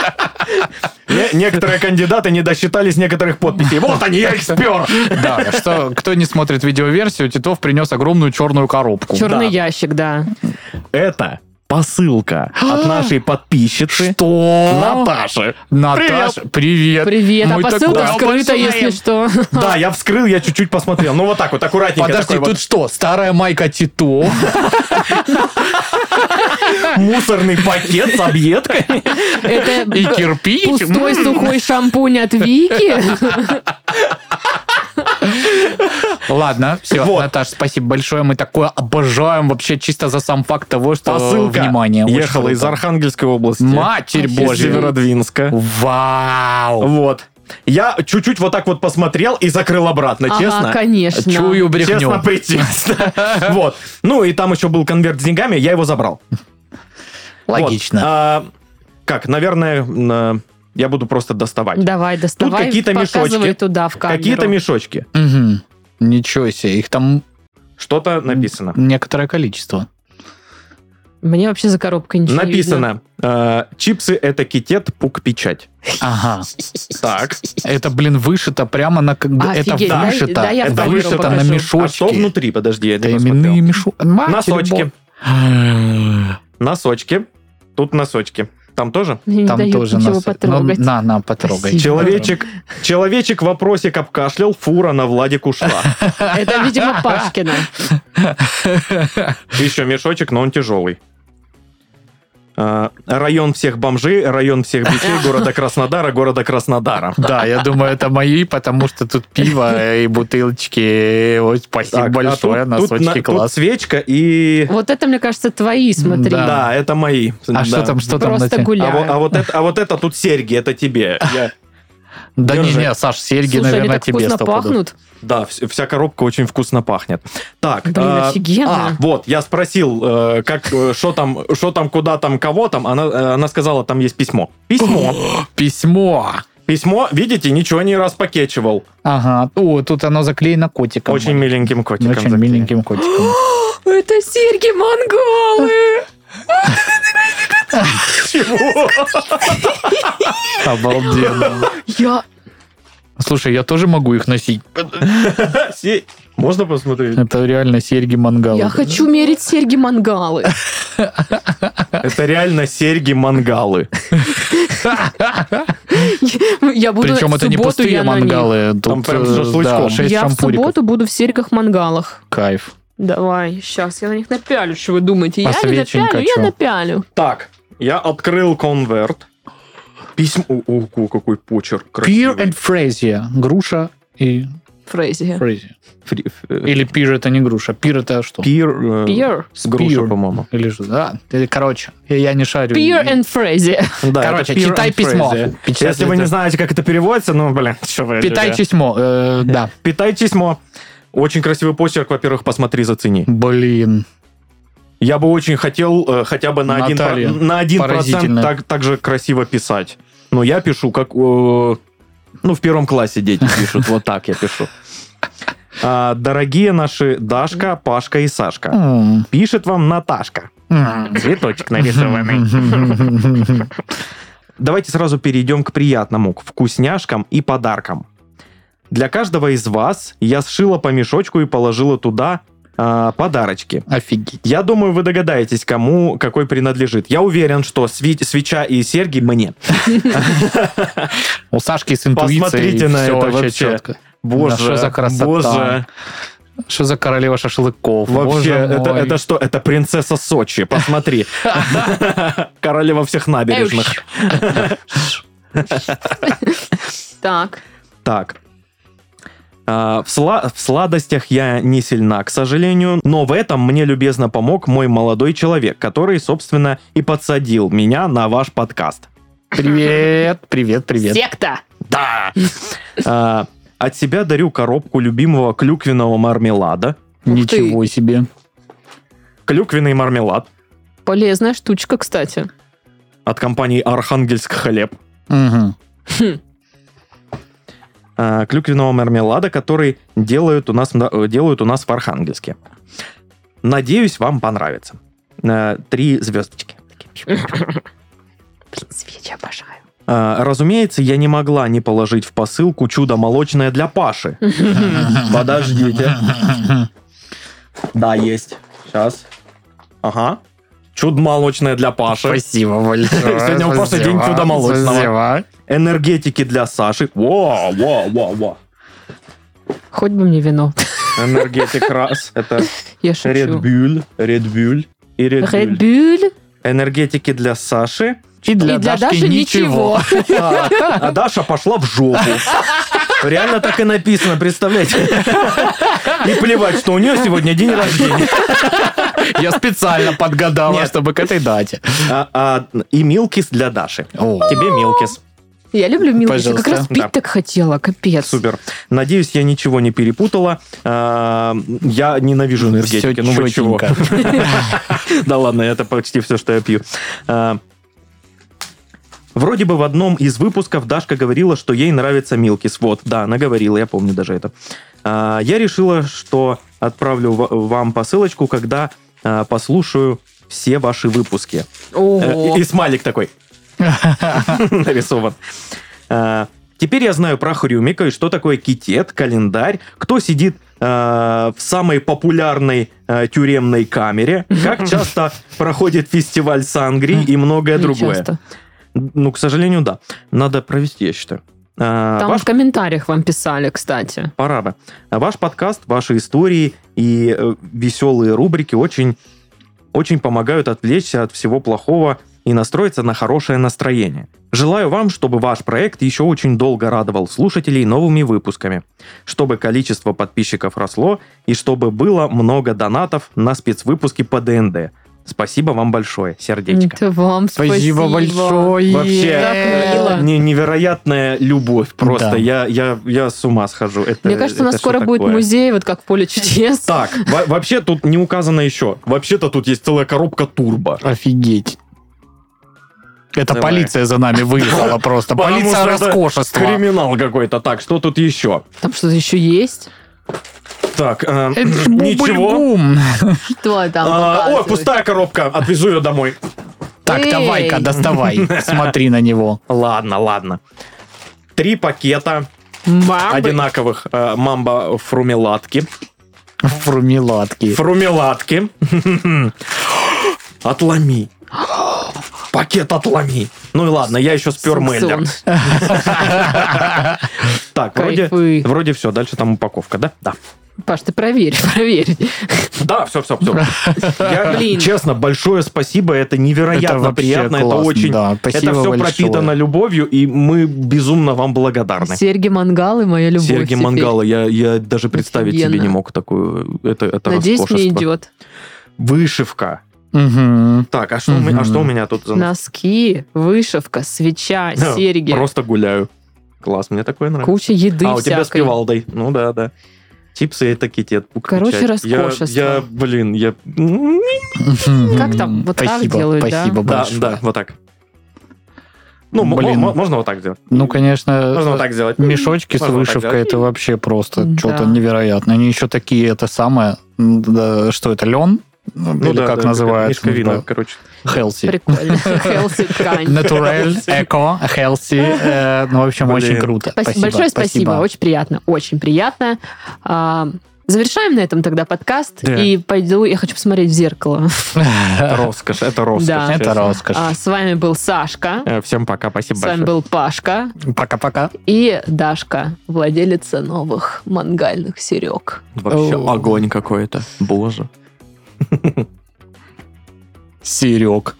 S2: Не- Некоторые кандидаты не досчитались некоторых подписей. Вот они, я их спер!
S3: Да, что кто не смотрит видеоверсию, Титов принес огромную черную коробку.
S1: Черный ящик, да.
S2: Это посылка
S3: А!
S2: от нашей подписчицы
S3: Что?
S2: Наташи.
S3: Наташа, привет. Ну
S1: Привет. А
S3: Мы
S1: посылка
S3: такое
S1: скрыта,
S3: обожаем.
S1: если что.
S2: Да, я вскрыл, я чуть-чуть посмотрел. Ну вот так вот, аккуратненько.
S3: Подожди,
S2: такой
S3: тут что, старая майка Тито?
S2: вот
S3: А!
S2: мусорный пакет с объедкой.
S1: Это
S3: И кирпич?
S1: пустой сухой шампунь от Вики.
S3: Ладно, все,
S2: Вот.
S3: Наташ, спасибо большое. Мы такое обожаем вообще чисто за сам факт того, что
S2: Посылка
S3: внимание. очень
S2: ехала из
S3: круто.
S2: Архангельской области.
S3: Матерь
S2: Из
S3: Божья.
S2: Северодвинска.
S3: Вау!
S2: Вот. Я чуть-чуть вот так вот посмотрел и закрыл обратно,
S1: Ага,
S2: честно.
S1: конечно.
S3: Чую
S2: Честно,
S3: брехню.
S2: причестно. Вот. Ну, и там еще был конверт с деньгами, я его забрал. Вот.
S3: Логично.
S2: А, Как, наверное, м, я буду просто доставать.
S1: Давай, доставай.
S2: какие-то
S1: показывай
S2: мешочки.
S1: туда, в камеру.
S2: Какие-то мешочки.
S3: Мгм. Ничего себе, их там
S2: Что-то написано.
S3: некоторое количество.
S1: Мне вообще за коробкой ничего не видно.
S2: Написано. э, Чипсы это китет, пук, печать.
S3: Ага.
S2: Так.
S3: Это, блин, вышито прямо на... как бы- Это
S1: Офигеть, дай-
S3: вышито.
S1: дай я
S3: Это
S2: в камеру
S3: вышито на
S1: покажу.
S2: А что
S3: мешочки.
S2: внутри? Подожди, я
S3: Это
S2: не
S3: именные
S2: посмотрел.
S3: мешочки.
S1: а,
S2: Носочки. Носочки. Тут носочки. Там тоже?
S1: Мне не
S3: Там
S1: дают
S3: тоже
S1: ничего
S3: нас...
S1: потрогать.
S3: Ну, на, на, потрогай.
S1: Спасибо.
S2: Человечек, человечек вопросик обкашлял, фура на Владик ушла.
S1: Это, видимо, Пашкина.
S2: Еще мешочек, но он тяжелый. А, Район всех бомжей, район всех бичей, города Краснодара, города Краснодара.
S3: Да, я думаю, это мои, потому что тут пиво и бутылочки. Ой, спасибо
S2: Так, а
S3: большое,
S2: тут- тут на-
S3: носочки
S2: тут
S3: класс.
S2: свечка и...
S1: Вот это, мне кажется, твои, смотри.
S3: Да.
S2: Да, это мои. Да.
S3: А что там, что там? на
S1: Просто
S3: те-
S2: А
S1: гуляю.
S2: вот, а вот это, а вот это тут серьги, это тебе. Я-
S3: Да не,
S2: держи.
S3: не, Саш, серьги,
S1: Слушай, они
S3: наверное,
S1: так
S3: тебе
S1: вкусно
S3: стопудово.
S1: пахнут.
S2: Да, вс- вся коробка очень вкусно пахнет. Так,
S1: Блин, офигенно.
S2: а, вот, я спросил, э, как, э, что там, что там, куда там, кого там. Она, э, она сказала, там есть письмо. Письмо.
S3: Письмо.
S2: Письмо, видите, ничего не распакетчивал.
S3: Ага. О, тут оно заклеено котиком.
S2: Очень миленьким котиком.
S3: Очень
S2: заклеен.
S3: миленьким котиком.
S1: Это серьги монголы.
S2: Чего?
S3: Обалденно.
S1: Я...
S3: Слушай, я тоже могу их носить.
S2: Се- Можно посмотреть?
S3: Это реально серьги мангала.
S1: Я хочу мерить серьги мангалы.
S2: Это реально серьги мангалы.
S1: Я буду
S3: Причем
S1: в
S3: это не
S1: субботу,
S3: пустые
S1: я на них.
S3: мангалы.
S2: Там
S3: Тут
S2: прям с
S3: э,
S2: шашлычком.
S3: да, шесть
S1: Я в
S3: шампуриков.
S1: субботу буду в серьгах мангалах.
S3: Кайф.
S1: Давай, сейчас я на них напялю, что вы думаете. Я не
S3: Посвеченька,
S1: напялю, я
S3: чё?
S1: напялю.
S2: Так, я открыл конверт. Письмо... О, о, какой почерк
S3: Пир
S2: красивый.
S3: and Фрезия. Груша и
S1: Фрейзи.
S3: Фрезия.
S2: Фри- э,
S3: Или пир это не груша. Пир это что?
S2: Пир... э,
S1: Пир.
S2: С грушей,
S3: Пир.
S2: по-моему.
S3: Или что? Да. Ты- Короче, я- я не шарю.
S1: Пир and Фрейзи.
S2: Да,
S3: Короче,
S2: это peer
S3: читай
S2: and
S3: письмо.
S2: phrase.
S3: Печатайте.
S2: Если вы не знаете, как это переводится, ну, блин, чё вы,
S3: Питай
S2: люди.
S3: чесьмо. Э, Да.
S2: Питай письмо. Очень красивый почерк, во-первых, посмотри, зацени.
S3: Блин.
S2: Я бы очень хотел э, хотя бы на один,
S3: Наталья,
S2: про- на один процент
S3: поразительно.
S2: так, так же красиво писать. но я пишу как... э, Ну, в первом классе дети пишут, вот так я пишу. А, Дорогие наши Дашка, Пашка и Сашка.
S3: М.
S2: Пишет вам Наташка.
S3: М.
S2: Цветочек нарисованный. Давайте сразу перейдем к приятному, к вкусняшкам и подаркам. Для каждого из вас я сшила по мешочку и положила туда а, подарочки.
S3: Офигеть.
S2: Я думаю, вы догадаетесь, кому какой принадлежит. Я уверен, что сви- свеча и серьги мне.
S3: У Сашки с интуицией
S2: Посмотрите на
S3: всё
S2: это
S3: вообще
S2: вообще.
S3: четко.
S2: Боже,
S3: Да что за красота?
S2: боже.
S3: Что за королева шашлыков?
S2: Вообще,
S3: Боже
S2: это,
S3: мой.
S2: это что? Это принцесса Сочи, посмотри. Королева всех набережных.
S1: Так.
S2: Так. А, В, сла- в сладостях я не сильна, к сожалению, но в этом мне любезно помог мой молодой человек, который, собственно, и подсадил меня на ваш подкаст.
S3: Привет, привет, привет.
S1: Секта.
S2: Да! А, От себя дарю коробку любимого клюквенного мармелада.
S3: Ничего себе.
S2: Клюквенный мармелад
S1: Полезная штучка, кстати.
S2: от компании Архангельск хлеб.
S3: Мгм.
S2: а, клюквенного мармелада, который делают у нас, на- э, делают у нас в Архангельске. Надеюсь, вам понравится. Э, Три звездочки.
S1: Блин, свечи обожаю.
S2: А, Разумеется, я не могла не положить в посылку чудо молочное для Паши. Подождите. Да, есть. Сейчас. Ага. Чудо молочное для Паши.
S3: Спасибо большое.
S2: Сегодня у Паши
S3: Спасибо.
S2: день чуда молочного.
S3: Спасибо.
S2: Энергетики для Саши. Во, во, во, во.
S1: Хоть бы мне вино.
S2: Энергетик раз. Это
S1: Я шучу.
S2: Редбюль, Редбюль и Редбюль.
S1: Редбюль.
S2: Энергетики для Саши.
S3: И
S1: И для Даши ничего.
S2: А Даша пошла в жопу. Реально так и написано, представляете? И плевать, что у нее сегодня день рождения.
S3: Я специально подгадала,
S2: Нет.
S3: чтобы к этой дате.
S2: А, а, и Милкис для Даши.
S3: О,
S2: Тебе Милкис.
S1: Я люблю Милки. Как
S3: Пожалуйста.
S1: раз пить
S2: Да.
S1: так хотела. Капец.
S2: Супер. Надеюсь, я ничего не перепутала. А, я ненавижу
S3: всё
S2: энергетики. Ну вы чего?
S3: чётенько.
S2: Да ладно, это почти все, что я пью. А, Вроде бы в одном из выпусков Дашка говорила, что ей нравится Милкис. Вот, да, она говорила, я помню даже это. А, Я решила, что отправлю ва- вам посылочку, когда а, послушаю все ваши выпуски.
S1: Ого.
S2: Э, И и смайлик такой. Нарисован. А, Теперь я знаю про хрюмика и что такое китет, календарь, кто сидит а, в самой популярной а, тюремной камере, как часто проходит фестиваль Сангри и многое
S1: Не
S2: другое.
S1: часто.
S2: Ну, к сожалению, да. Надо провести, я считаю. А,
S1: Там
S2: ваш
S1: в комментариях вам писали, кстати.
S2: пора бы. А Ваш подкаст, ваши истории и э, веселые рубрики очень, очень помогают отвлечься от всего плохого и настроиться на хорошее настроение. Желаю вам, чтобы ваш проект еще очень долго радовал слушателей новыми выпусками, чтобы количество подписчиков росло и чтобы было много донатов на спецвыпуски по ДНД. Спасибо вам большое, сердечко.
S1: Это вам спасибо.
S3: Спасибо большое.
S2: Вообще.
S1: Так мило.
S2: Не- невероятная любовь просто.
S3: Да.
S2: Я, я, я с ума схожу. Это-
S1: Мне кажется, у нас
S2: это что
S1: скоро будет
S2: такое?
S1: музей, вот как поле чудес.
S2: Так, во- вообще тут не указано еще. Вообще-то тут есть целая коробка турбо.
S3: Офигеть. Это
S2: Давай.
S3: полиция за нами выехала просто.
S2: Потому
S3: Полиция
S2: что это
S3: роскошества.
S2: Криминал какой-то. Так, что тут еще?
S1: Там что-то еще есть?
S2: Так, э,
S3: Это ж
S2: ничего.
S3: бубль-бум.
S1: Что там?
S2: А, Ой,
S1: показывают?
S2: пустая коробка. Отвезу ее домой.
S3: Так,
S1: Эй.
S3: давай-ка, доставай. Смотри на него.
S2: Ладно, ладно. Три пакета
S1: Мамы.
S2: одинаковых э, мамба фрумеладки.
S3: Фрумеладки.
S2: Фрумеладки. Отломи. Пакет отломи. Ну и ладно, я еще спер Меллер.
S1: Самсон.
S2: Так, вроде,
S1: Кайфы.
S2: вроде все. Дальше там упаковка, да? Да.
S1: Паш, ты проверь, проверь.
S2: Да, все, все, все. Я,
S1: Блин.
S2: честно, большое спасибо. Это невероятно
S3: вообще
S2: приятно. Это
S3: классно,
S2: очень...
S3: да.
S2: это
S3: Спасибо
S2: все
S3: большое.
S2: пропитано любовью, и мы безумно вам благодарны.
S1: Серги Мангал и моя любовь
S2: Сергей
S1: теперь.
S2: Мангала, я, я даже представить себе не
S1: Офигенно.
S2: мог такую... Это, это
S1: Надеюсь, мне
S2: роскошество.
S1: идет.
S2: Вышивка.
S3: Мгм.
S2: Так, а что, у меня- а что у меня тут за...
S1: Носки, вышивка, свеча,
S2: Да,
S1: серьги.
S2: Просто гуляю. Класс, мне такое нравится.
S1: Куча еды
S2: а, у тебя с
S1: всякой.
S2: пивалдой. Ну да, да. Чипсы это китет.
S1: Короче,
S2: Я-
S1: роскошество.
S2: я, блин, я...
S1: Как там? Вот так
S3: Спасибо,
S1: делают, да?
S3: Спасибо
S2: Да,
S3: большое.
S2: да, вот так. Ну, м-
S3: Блин.
S2: м- можно вот так сделать.
S3: Ну, конечно,
S2: Можно вот так сделать.
S3: мешочки с
S2: Можно вот так
S3: вышивкой
S2: делать.
S3: это вообще просто
S1: Да.
S3: что-то невероятное. Они еще такие, это самое, м, да, что это, лен?
S2: Ну
S3: Или
S2: да,
S3: как
S2: да,
S3: называется?
S2: Мешковина, короче.
S3: Хелси.
S1: Прикольно. Healthy ткань.
S3: Натурель, эко, хелси. Э, Ну, в общем,
S2: Блин.
S3: очень круто.
S1: Спасибо, большое спасибо. Очень приятно. Очень приятно. А, завершаем на этом тогда подкаст.
S2: Да.
S1: И пойду, я хочу посмотреть в зеркало.
S2: Это роскошь, это роскошь.
S1: Да.
S3: Это
S2: честно.
S3: роскошь.
S1: А, с вами был Сашка.
S2: Э, Всем пока, спасибо
S1: С вами
S2: большое.
S1: был Пашка
S3: Пока-пока.
S1: и Дашка, владелица новых мангальных серег.
S2: Вообще
S3: Оу.
S2: огонь какой-то. Боже.
S1: А.
S3: Серег.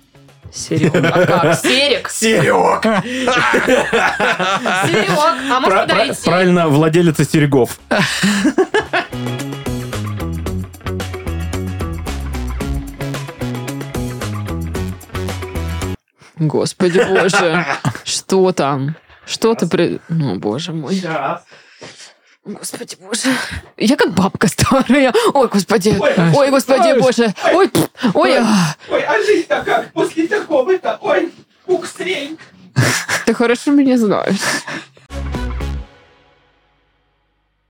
S1: Серег. А как? Серег?
S2: Серег!
S1: Серег. А можно подарить серег?
S2: Правильно, владелица серегов.
S1: Господи боже. Что там? Что ты... при- Ну, боже мой. Господи боже. Я как бабка старая. Ой, господи. Ой, господи боже. Ой, пф, ой. а.
S4: Ой, а жизнь-то как после такого-то? Ой, уксрень.
S1: Ты хорошо меня знаешь.